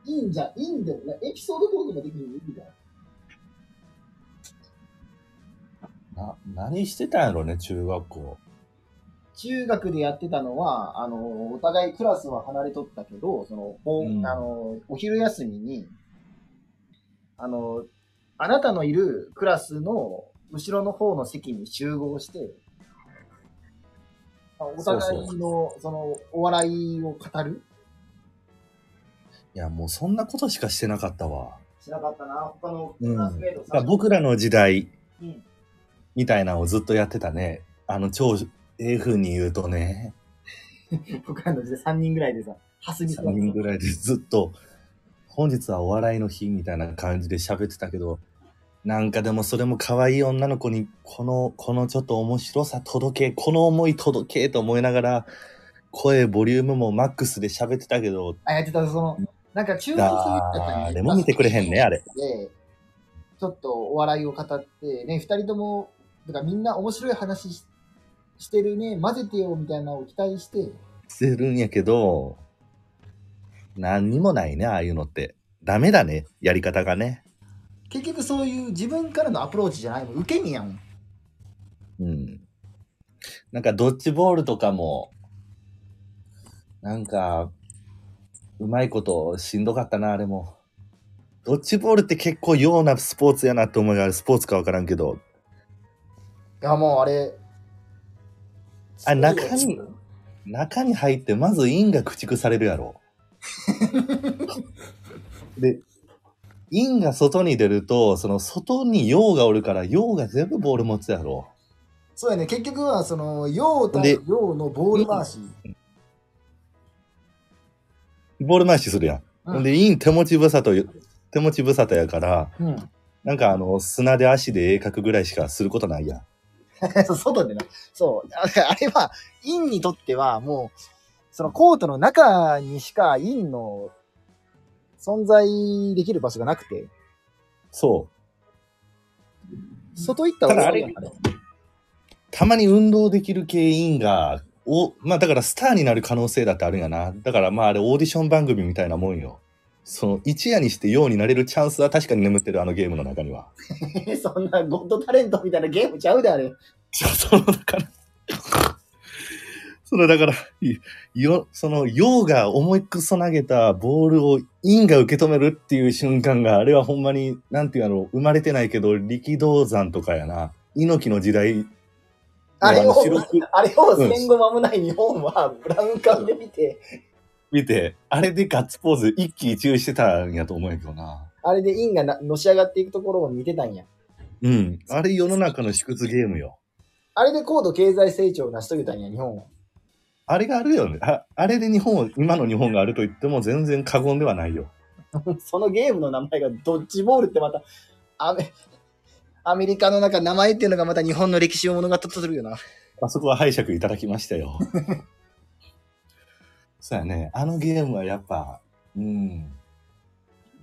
S2: いんじゃ、いいんだよね。エピソードトークもできるのいいんだよ。
S1: な、何してたんやろね、中学校。
S2: 中学でやってたのは、あの、お互いクラスは離れとったけど、その、ほん
S1: うん
S2: あの、お昼休みに、あの、あなたのいるクラスの後ろの方の席に集合して、あお互いの、
S1: そ
S2: その、お笑いを語る
S1: いや、もうそんなことしかしてなかったわ。
S2: しなかったな、他の
S1: うん
S2: クラスメイト
S1: だから僕らの時代
S2: うん
S1: みたいなのをずっとやってたね。あの、超、ええ風に言うとね、
S2: 僕らの時代3人ぐらいでさ、はすみ
S1: 3人ぐらいでずっと、本日はお笑いの日みたいな感じで喋ってたけど、なんかでもそれも可愛い女の子に、この、このちょっと面白さ届け、この思い届けと思いながら、声、ボリュームもマックスで喋ってたけど、
S2: あ、やってた、その、なんか中学生だったん
S1: 誰も見てくれへんね、あれ。
S2: で、ちょっとお笑いを語って、ね、二人とも、だからみんな面白い話ししてるね、混ぜてよみたいなのを期待して、
S1: してるんやけど、何にもないね、ああいうのって。ダメだね、やり方がね。
S2: 結局そういう自分からのアプローチじゃないもん、受け身やん。
S1: うん。なんかドッジボールとかも、なんか、うまいことしんどかったな、あれも。ドッジボールって結構ようなスポーツやなって思いがある。スポーツかわからんけど、
S2: いや、もうあれ。
S1: あ中身中に入ってまず陰が駆逐されるや ろ。で、陰が外に出ると、その外に陽がおるから、陽が全部ボール持つやろ。
S2: そうやね、結局は、その、用と
S1: で
S2: 用のボール回し。
S1: ボール回しするやん。
S2: うん
S1: ほんで、陰手持ち無沙汰、手持ち無沙汰やから、
S2: うん。
S1: なんかあの、砂で足で絵描くぐらいしかすることないやん。
S2: 外でな。そう。ああれは、インにとっては、もう、そのコートの中にしかインの存在できる場所がなくて。
S1: そう。
S2: 外行った
S1: ただあれ
S2: 終わりやん
S1: たまに運動できる系員が、お、まあだからスターになる可能性だってあるんやな。だからまああれオーディション番組みたいなもんよ。その一夜にしてようになれるチャンスは確かに眠ってるあのゲームの中には。
S2: あれ そんなゴッドタレントみたいなゲームちゃうであれ。
S1: そのだから、そのだから、いよ、そのようが思いっくそ投げたボールをンが受け止めるっていう瞬間があれはほんまに、なんていうの、生まれてないけど力道山とかやな。猪木の時代、
S2: あれを
S1: の、白く
S2: あれを戦後間もない日本はブラウン管で見て、
S1: 見て、あれでガッツポーズ一気一憂してたんやと思うんやけどな。
S2: あれでインがなのし上がっていくところを見てたんや。
S1: うん。あれ世の中の縮図ゲームよ。
S2: あれで高度経済成長を成し遂げたんや、日本は。
S1: あれがあるよね。ああれで日本を、今の日本があると言っても全然過言ではないよ。
S2: そのゲームの名前がドッジボールってまた、アメアメリカの中、名前っていうのがまた日本の歴史を物語ってるよな。
S1: あそこは拝借いただきましたよ。 そうやね。あのゲームはやっぱ、うん。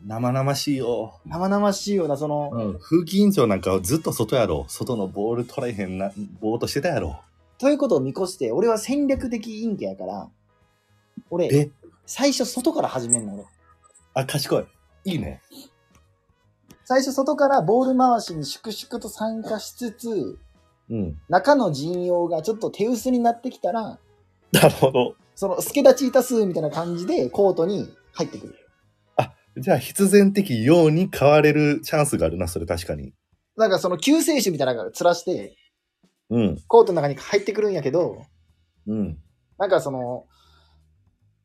S1: 生々しいよ。
S2: 生々しいような、その、
S1: うん。風紀委員長なんかはずっと外やろ。外のボール取れへんな、ぼーっとしてたやろ。
S2: ということを見越して、俺は戦略的陰キャやから、俺
S1: え、
S2: 最初外から始めんの、俺。
S1: あ、賢い。いいね。
S2: 最初外からボール回しに粛々と参加しつつ、
S1: うん。
S2: 中の陣容がちょっと手薄になってきたら、
S1: なるほど。
S2: その、助立ちいたすみたいな感じでコートに入ってくる。
S1: じゃあ必然的ように変われるチャンスがあるな、それ確かに。
S2: なんかその救世主みたいなのが面して、
S1: うん。
S2: コートの中に入ってくるんやけど、
S1: うん。
S2: なんかその、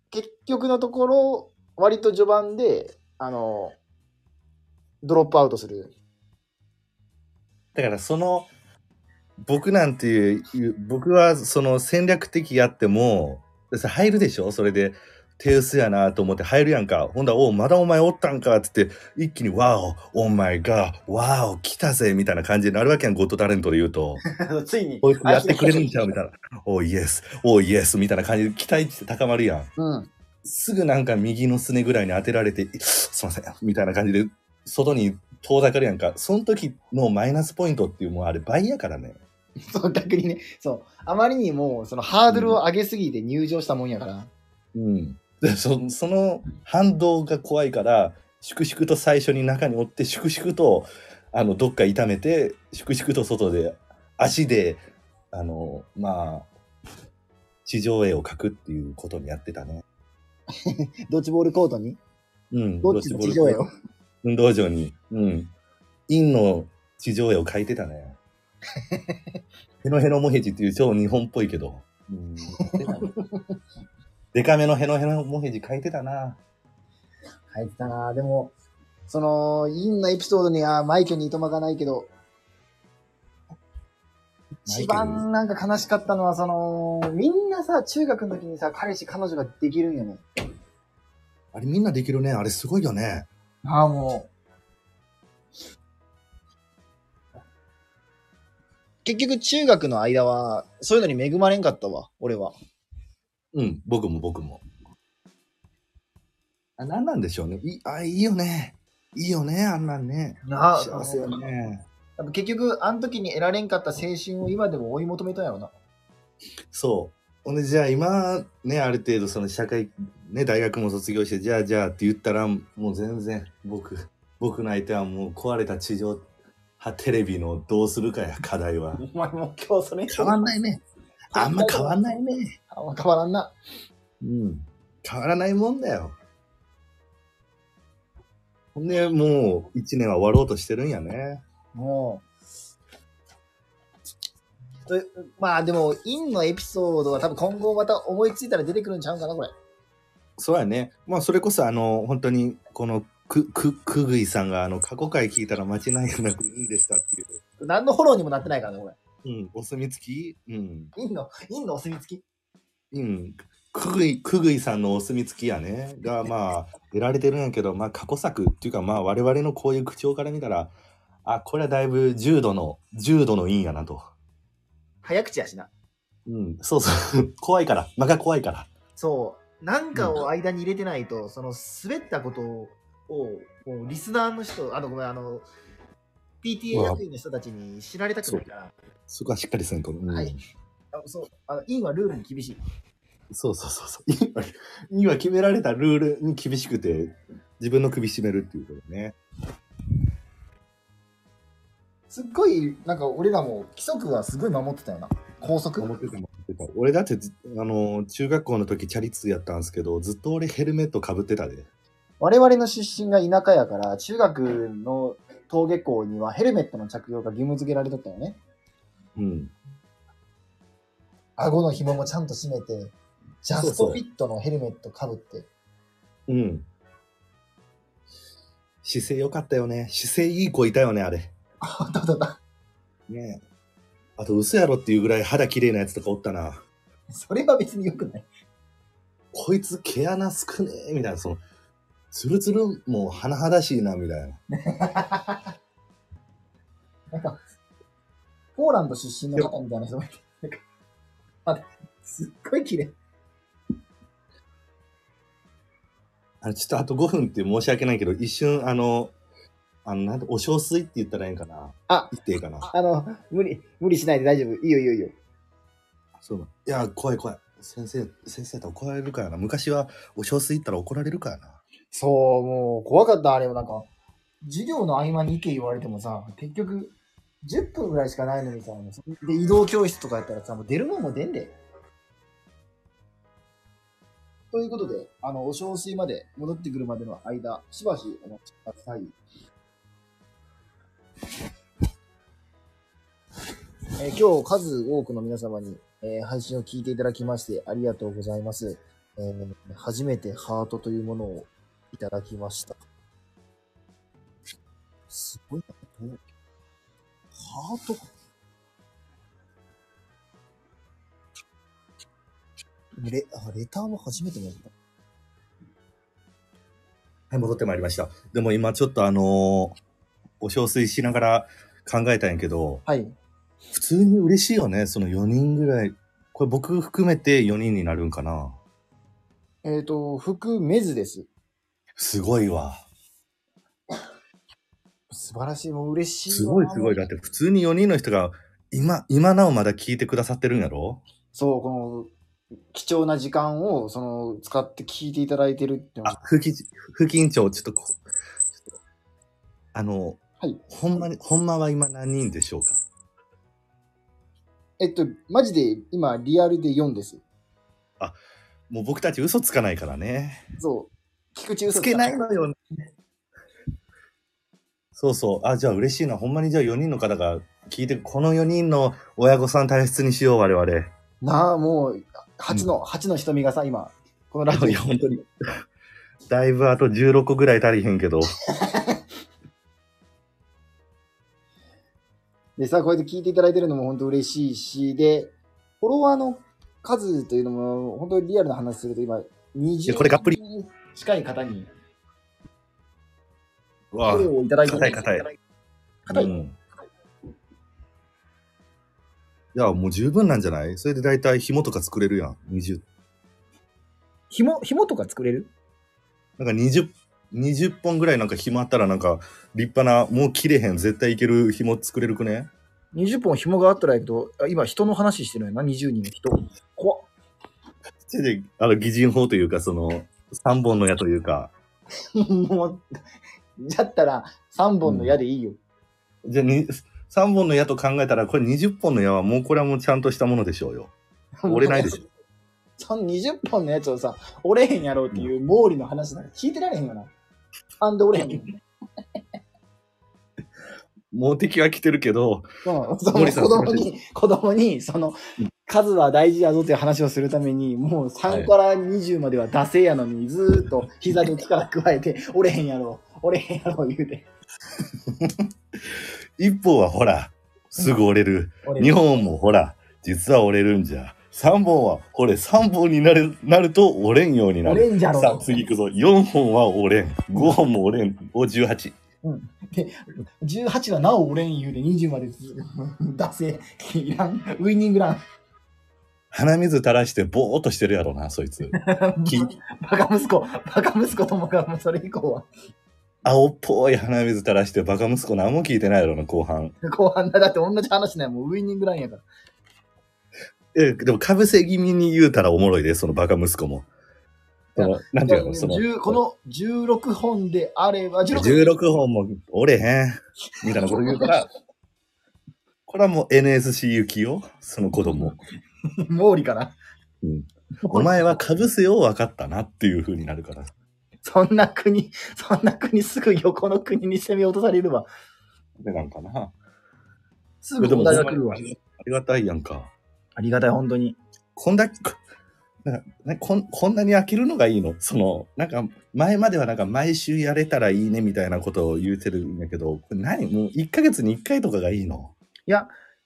S2: 結局のところ、割と序盤で、あの、ドロップアウトする。
S1: だからその、僕なんていう、いう僕はその戦略的やっても、でさ入るでしょそれで、手薄やなと思って入るやんか。ほんだら、おうまだお前おったんかっつって、一気に、わお、お前が、わお、来たぜみたいな感じになるわけやん、ゴッドタレントで言うと。
S2: ついに
S1: こいつやってくれるんちゃうみたいな。おうイエス、おうイエスみたいな感じで期待値って高まるやん。
S2: うん。
S1: すぐなんか右のすねぐらいに当てられて、すいません、みたいな感じで、外に遠ざかるやんか。その時のマイナスポイントっていうもうあれ倍やからね。
S2: そう逆にね、そう、あまりにもそのハードルを上げすぎて入場したもんやから、
S1: うん。で、そその反動が怖いから、粛々と最初に中におって、粛々と、あの、どっか痛めて、粛々と外で、足で、あの、まあ、地上絵を描くっていうことにやってたね。
S2: ドッジボールコートに、
S1: うん。
S2: どっちの地上絵を。
S1: 運動場に、うん。陰の地上絵を描いてた ね。ヘノヘノモヘジっていう超日本っぽいけど。うん。 デカめのヘノヘノモヘジ描いてたな。
S2: 入ってたなでも、その、インなエピソードに、あーマイケルにいとまがないけど、
S1: マイケル
S2: 一番なんか悲しかったのは、その、みんなさ、中学の時にさ、彼氏、彼女ができるんよね。
S1: あれみんなできるね。あれすごいよね。
S2: ああ、もう。結局、中学の間は、そういうのに恵まれんかったわ、俺は。
S1: うん。僕も僕も。あ、なんなんでしょうね。いい、あ、いいよね。いいよね。あんなんね。
S2: な
S1: 幸せよね。
S2: 多分結局、あの時に得られんかった青春を今でも追い求めたんやろな。
S1: そう。ほんで、じゃあ今、ね、ある程度、その社会、ね、大学も卒業して、じゃあ、じゃあって言ったら、もう全然、僕、僕の相手はもう壊れた地上波テレビのどうするかや、課題は。
S2: お前もう今日それ
S1: 変わんないね。あんま変わんないね。
S2: あんま変わらんな。
S1: うん。変わらないもんだよ。ほんで、もう、一年は終わろうとしてるんやね。
S2: もう。とまあでも、インのエピソードは多分今後また思いついたら出てくるんちゃうんかな、これ。
S1: そうやね。まあ、それこそ、あの、本当に、この、く、く、くぐいさんが、あの、過去回聞いたら間違いなくいいんでしたっていう。
S2: 何のフォローにもなってないからね、これ。
S1: うん、お墨付きうん。
S2: インの、インのお墨付き。
S1: うん。くぐい、くぐいさんのお墨付きやね。が、まあ、出られてるんやけど、まあ、過去作っていうか、まあ、我々のこういう口調から見たら、あ、これはだいぶ重度の、重度のいいんやなと。
S2: 早口やしな。
S1: うん、そうそう。 怖いから。間が怖いから。
S2: そう。なんかを間に入れてないと、その滑ったことを、もうリスナーの人、あの、ごめん、あの、PTA 役員の人たちに知られたくないから、
S1: そこはしっかりせんと。うん
S2: はいあそう、あの、インはルールに厳しい。
S1: そうそうそうそう。 今、今決められたルールに厳しくて、自分の首絞めるっていうことね。
S2: すっごい、なんか俺らも規則はすごい守ってたよな。高速
S1: 思ってたもん思ってた俺だってず、あの、中学校の時チャリ通やったんですけど、ずっと俺ヘルメットかぶってたで。
S2: 我々の出身が田舎やから、中学の登下校にはヘルメットの着用が義務付けられとったよね。
S1: うん。
S2: 顎の紐もちゃんと締めて、ジャストフィットのヘルメットかぶって。
S1: うん。姿勢良かったよね。姿勢いい子いたよね、あれ。
S2: あ、だだだ。
S1: ねえあと、嘘やろっていうぐらい肌綺麗なやつとかおったな。
S2: それは別に良くない。
S1: こいつ毛穴少ねえ、みたいな、その、ツルツル、もう、甚だしいな、みたいな。
S2: なんか、ポーランド出身の方みたいな人もいて、 なんか、あ、すっごい綺麗。
S1: あのちょっとあと5分って申し訳ないけど、一瞬、あの、あの、なんて、お小水って言ったらええんかな。
S2: あ
S1: 言っていいかな。
S2: あの、無理、無理しないで大丈夫。いいよいいよいいよ。
S1: そうな。いや、怖い怖い。先生、先生と怒られるからな。昔は、お小水行ったら怒られるからな。
S2: そう、もう怖かった、あれもなんか、授業の合間に意見言われてもさ、結局、10分ぐらいしかないのにさ、で移動教室とかやったらさ、もう出るもんも出んで。ということで、あの、お小水まで戻ってくるまでの間、しばしお待ちください。えー今日数多くの皆様に、えー配信を聞いていただきましてありがとうございます。えー初めてハートというものをいただきました。すごいな、ね、ハートレあレターも初めてもらった。
S1: はい、戻ってまいりました。でも今ちょっとあのーお小水しながら考えたんやけど、
S2: はい。
S1: 普通に嬉しいよね、その4人ぐらい。これ僕含めて4人になるんかな。
S2: えっ、と、服、メズです。
S1: すごいわ。
S2: 素晴らしい。もう嬉しいわ。
S1: すごいすごい。だって普通に4人の人が今、今なおまだ聞いてくださってるんやろ
S2: そう、この、貴重な時間を、その、使って聞いていただいてるっての
S1: あ
S2: は、
S1: 不緊不緊張、ちょっとこう、ちょっとあの、
S2: はい
S1: ほんまに、ほんまは今何人でしょうか
S2: えっと、マジで、今、リアルで4です。
S1: もう僕たち嘘つかないからね。
S2: そう。菊池嘘
S1: つ
S2: つ
S1: け
S2: かな
S1: ないいのよね。そうそう。あ、じゃあ嬉しいな。ほんまにじゃあ4人の方が聞いて、この4人の親御さん大切にしよう、我 々。
S2: なあ、もう、八の、八の瞳がさ、今、このラジオ
S1: い
S2: に
S1: や、本当に。だいぶあと16個ぐらい足りへんけど。
S2: でさ、こうやって聞いていただいてるのも本当嬉しいし、で、フォロワーの数というのも、本当にリアルな話すると今、
S1: いやこれがっぷ
S2: 20
S1: り
S2: 人近い方に、
S1: わ
S2: フォローをいただいて
S1: 硬い硬い
S2: 硬い
S1: うん、いや、もう十分なんじゃないそれで大体紐とか作れるやん。20。
S2: 紐、紐とか作れる
S1: なんか20、20本ぐらいなんか紐あったらなんか立派な、もう切れへん、絶対いける紐作れるくね
S2: ?20 本紐があったらやけど、あ今人の話してるよな、20人の人。怖っ
S1: ちょいで、あの、擬人法というか、その、3本の矢というか。
S2: もう、だったら3本の矢でいいよ。
S1: じゃあに、3本の矢と考えたら、これ20本の矢はもうこれはもうちゃんとしたものでしょうよ。折れないでしょ。
S2: その20本のやつをさ、折れへんやろうっていう毛利の話なんか聞いてられへんよな。ハン ド折れへんよ。
S1: もう敵は来てるけど、
S2: そうその
S1: 森
S2: 子
S1: さん
S2: 供に、子供に、その、数は大事やぞという話をするために、もう3から20までは惰性やのに、ずーっと膝に力加えて、折れへんやろ、折れへんやろ、言うて。
S1: 1本はほら、すぐ折れる。
S2: 折れ
S1: 2
S2: る
S1: 本もほら、実は折れるんじゃ。3本は、これ3本になるなると折れんようにな
S2: 折れ
S1: る。
S2: んじゃろ。
S1: さあ次行くぞ。4本は折れん。5本も折れん。お18。
S2: 18はなお折れん言うて、20までずー 惰性、いらん、ウイニングラン。
S1: 鼻水垂らしてぼーっとしてるやろな、そいつ。き
S2: バカ息子、バカ息子ともかもそれ以降は、
S1: 青っぽい鼻水垂らしてバカ息子何も聞いてないやろな、後半。
S2: 後半だって同じ話ないもうウイニングランやから。
S1: え、でも、かぶせ気味に言うたらおもろいで、そのバカ息子も。そのなんていうの、その、
S2: 10この16本であれば、16
S1: 16本も折れへん。みたいなこと言う から、これはもう NSC 行きよ、その子 供。
S2: 本、毛利かな。
S1: お前はかぶせよう分かったなっていう風になるから。
S2: そんな国、そんな国すぐ横の国に攻め落とされるわ。
S1: でなんかな。
S2: すぐ問題が来るわ
S1: あ。りがたいやんか。
S2: ありがたい、本当に。
S1: こんだけ、こなんかねこんこんなに飽きるのがいいのその、なんか前まではなんか毎週やれたらいいねみたいなことを言うてるんやけど、これ何もう1ヶ月に1回とかがいいの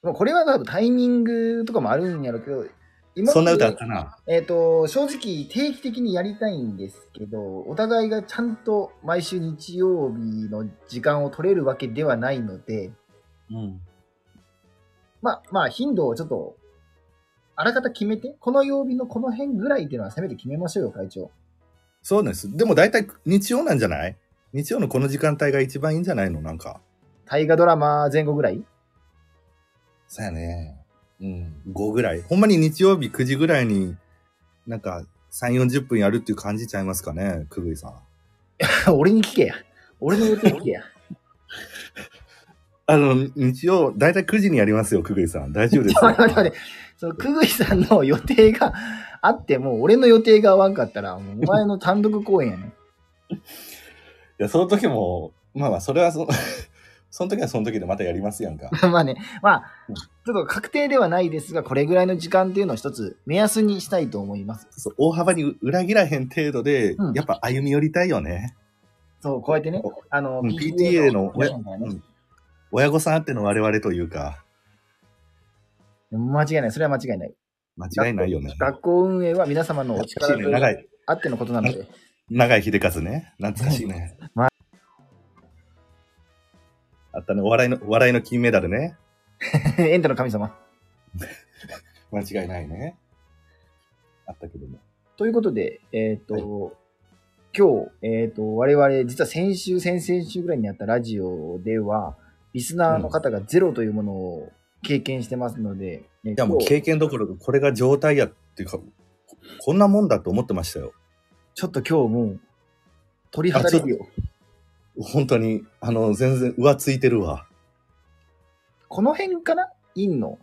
S2: もうこれは多分タイミングとかもあるんやろうけど、今
S1: そんな歌あったな。
S2: えっ、と、正直定期的にやりたいんですけど、お互いがちゃんと毎週日曜日の時間を取れるわけではないので、
S1: うん。
S2: まあ、まあ、頻度をちょっと、あらかた決めて、この曜日のこの辺ぐらいっていうのはせめて決めましょうよ、会長。
S1: そうなんです。でも大体日曜なんじゃない日曜のこの時間帯が一番いいんじゃないのなんか。
S2: 大河ドラマ前後ぐらい
S1: そうやね。うん。5ぐらい。ほんまに日曜日9時ぐらいに、なんか、3、40分やるっていう感じちゃいますかね、くぐいさん。
S2: 俺に聞けや。俺の予定聞けや。
S1: あの、日曜、だいたい9時にやりますよ、くぐいさん。大丈夫です
S2: 待って待って待って。 その、くぐいさんの予定が あっても、俺の予定が合わんかったら、もうお前の単独公演やね。
S1: いや、その時も、まあまあ、それはそ、 その時はその時でまたやりますやんか。
S2: まあね、まあ、ちょっと確定ではないですが、これぐらいの時間っていうのを一つ目安にしたいと思います。
S1: そう大幅に裏切らへん程度で、
S2: うん
S1: やっぱ歩み寄りたいよね。
S2: そう、こうやってね、あの、
S1: うん PTA の
S2: 話なんだよね
S1: うん親御さんあっての我々というか、
S2: 間違いない、それは間違いない。
S1: 間違いないよね。
S2: 学校運営は皆様のお
S1: 懐か
S2: 力
S1: しいね長
S2: が
S1: い、
S2: あってのことなので、
S1: 長井秀和ね。懐かしいね。
S2: ま
S1: あったね、お笑いの、お笑いの金メダルね。
S2: エンタの神様。
S1: 間違いないね。あったけども。
S2: ということで、えっ、と、今日、えっ、と、我々、実は先週、先々週ぐらいにやったラジオでは、リスナーの方がゼロというものを経験してますので、えー
S1: いやもう
S2: 今日
S1: 経験どころかこれが状態やっていうかここんなもんだと思ってましたよ
S2: ちょっと今日もう、鳥肌れるよ。
S1: 本当にあの全然浮ついてるわ
S2: この辺かな陰の。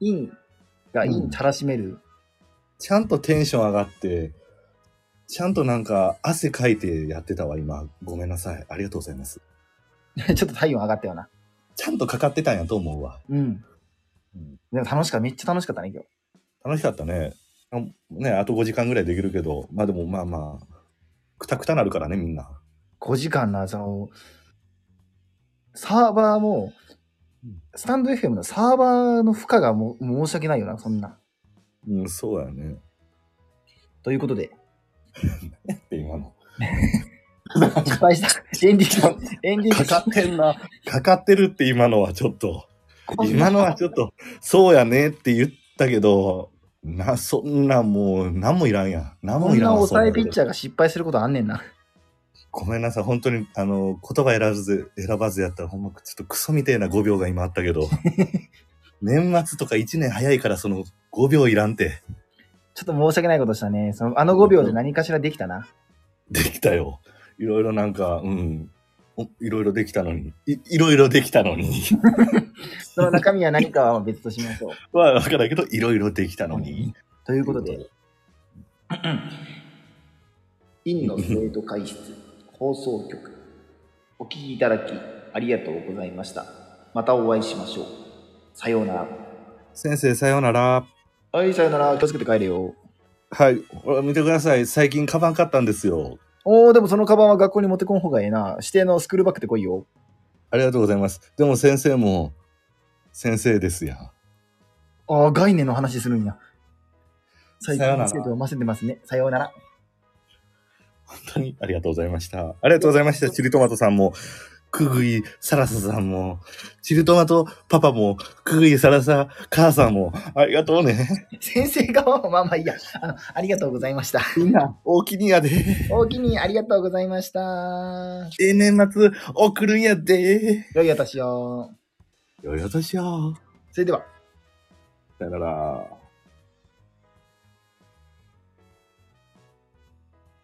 S2: 陰が陰たらしめる。
S1: ちゃんとテンション上がってちゃんとなんか汗かいてやってたわ今ごめんなさいありがとうございます
S2: ちょっと体温上がったよな。
S1: ちゃんとかかってたんやと思うわ
S2: うん。
S1: うん
S2: でも楽しかった。めっちゃ楽しかったね、今日。
S1: 楽しかったねあねあと5時間ぐらいできるけどまあでもまあまあくたくたなるからねみんな
S2: 5時間な、その、サーバーも
S1: うん、
S2: スタンド FM のサーバーの負荷がもう申し訳ないよな、そんな。
S1: うんそうやね
S2: ということで、
S1: って今の
S2: 失敗した。エンディング、エンディング
S1: かかってんなかかってるって今のはちょっと
S2: こんな
S1: 今のはちょっと、そうやねって言ったけど、な、そんなもう、なんもいらんやん。なんも
S2: こん
S1: いら
S2: なん
S1: わ
S2: 抑
S1: そん
S2: え
S1: な
S2: ピ
S1: の
S2: ッチャーが失敗することあんねんな。
S1: ごめんなさい、本当に、あの、言葉選ばず、選ばずやったら、ほんま、ちょっとクソみたいな5秒が今あったけ ど、年末とか1年早いから、その5秒いらんって、
S2: ちょっと申し訳ないことしたね。その、あの5秒で何かしらできたな。
S1: できたよ。いろいろなんか、うん。おいろいろできたのに。いいろいろできたのに。
S2: その中身は何かは別としましょう。
S1: は、わからんけど、いろいろできたのに。
S2: とい
S1: と
S2: うことで、。
S3: 院の生徒会室放送局お聞きいただきありがとうございましたまたお会いしましょうさようなら
S1: 先生、さようなら。
S3: はいさようなら気をつけて帰れよ
S1: はい、ほら見てください。最近カバン買ったんですよ。
S2: おー、でもそのカバンは学校に持ってこん方がええな。指定のスクールバッグで来いよ。
S1: ありがとうございます。でも先生も先生ですやん。
S2: ああ、概念の話するんや。最
S1: さような
S2: 近
S1: ら
S2: 生徒を混ぜてますね。さようなら。
S1: 本当にありがとうございました。ありがとうございました。チリトマトさんも、くぐいサラサさんも、チリトマトパパも、くぐいサラサ母さんも、ありがとうね。
S2: 先生側もまあまあいいや。あの、ありがとうございました。
S1: みんな、大きにやで。
S2: 大きにありがとうございました。
S1: ええ年末、送るんやで。
S2: 良いお年を。
S1: よいお年を。
S2: それでは。
S1: さよなら。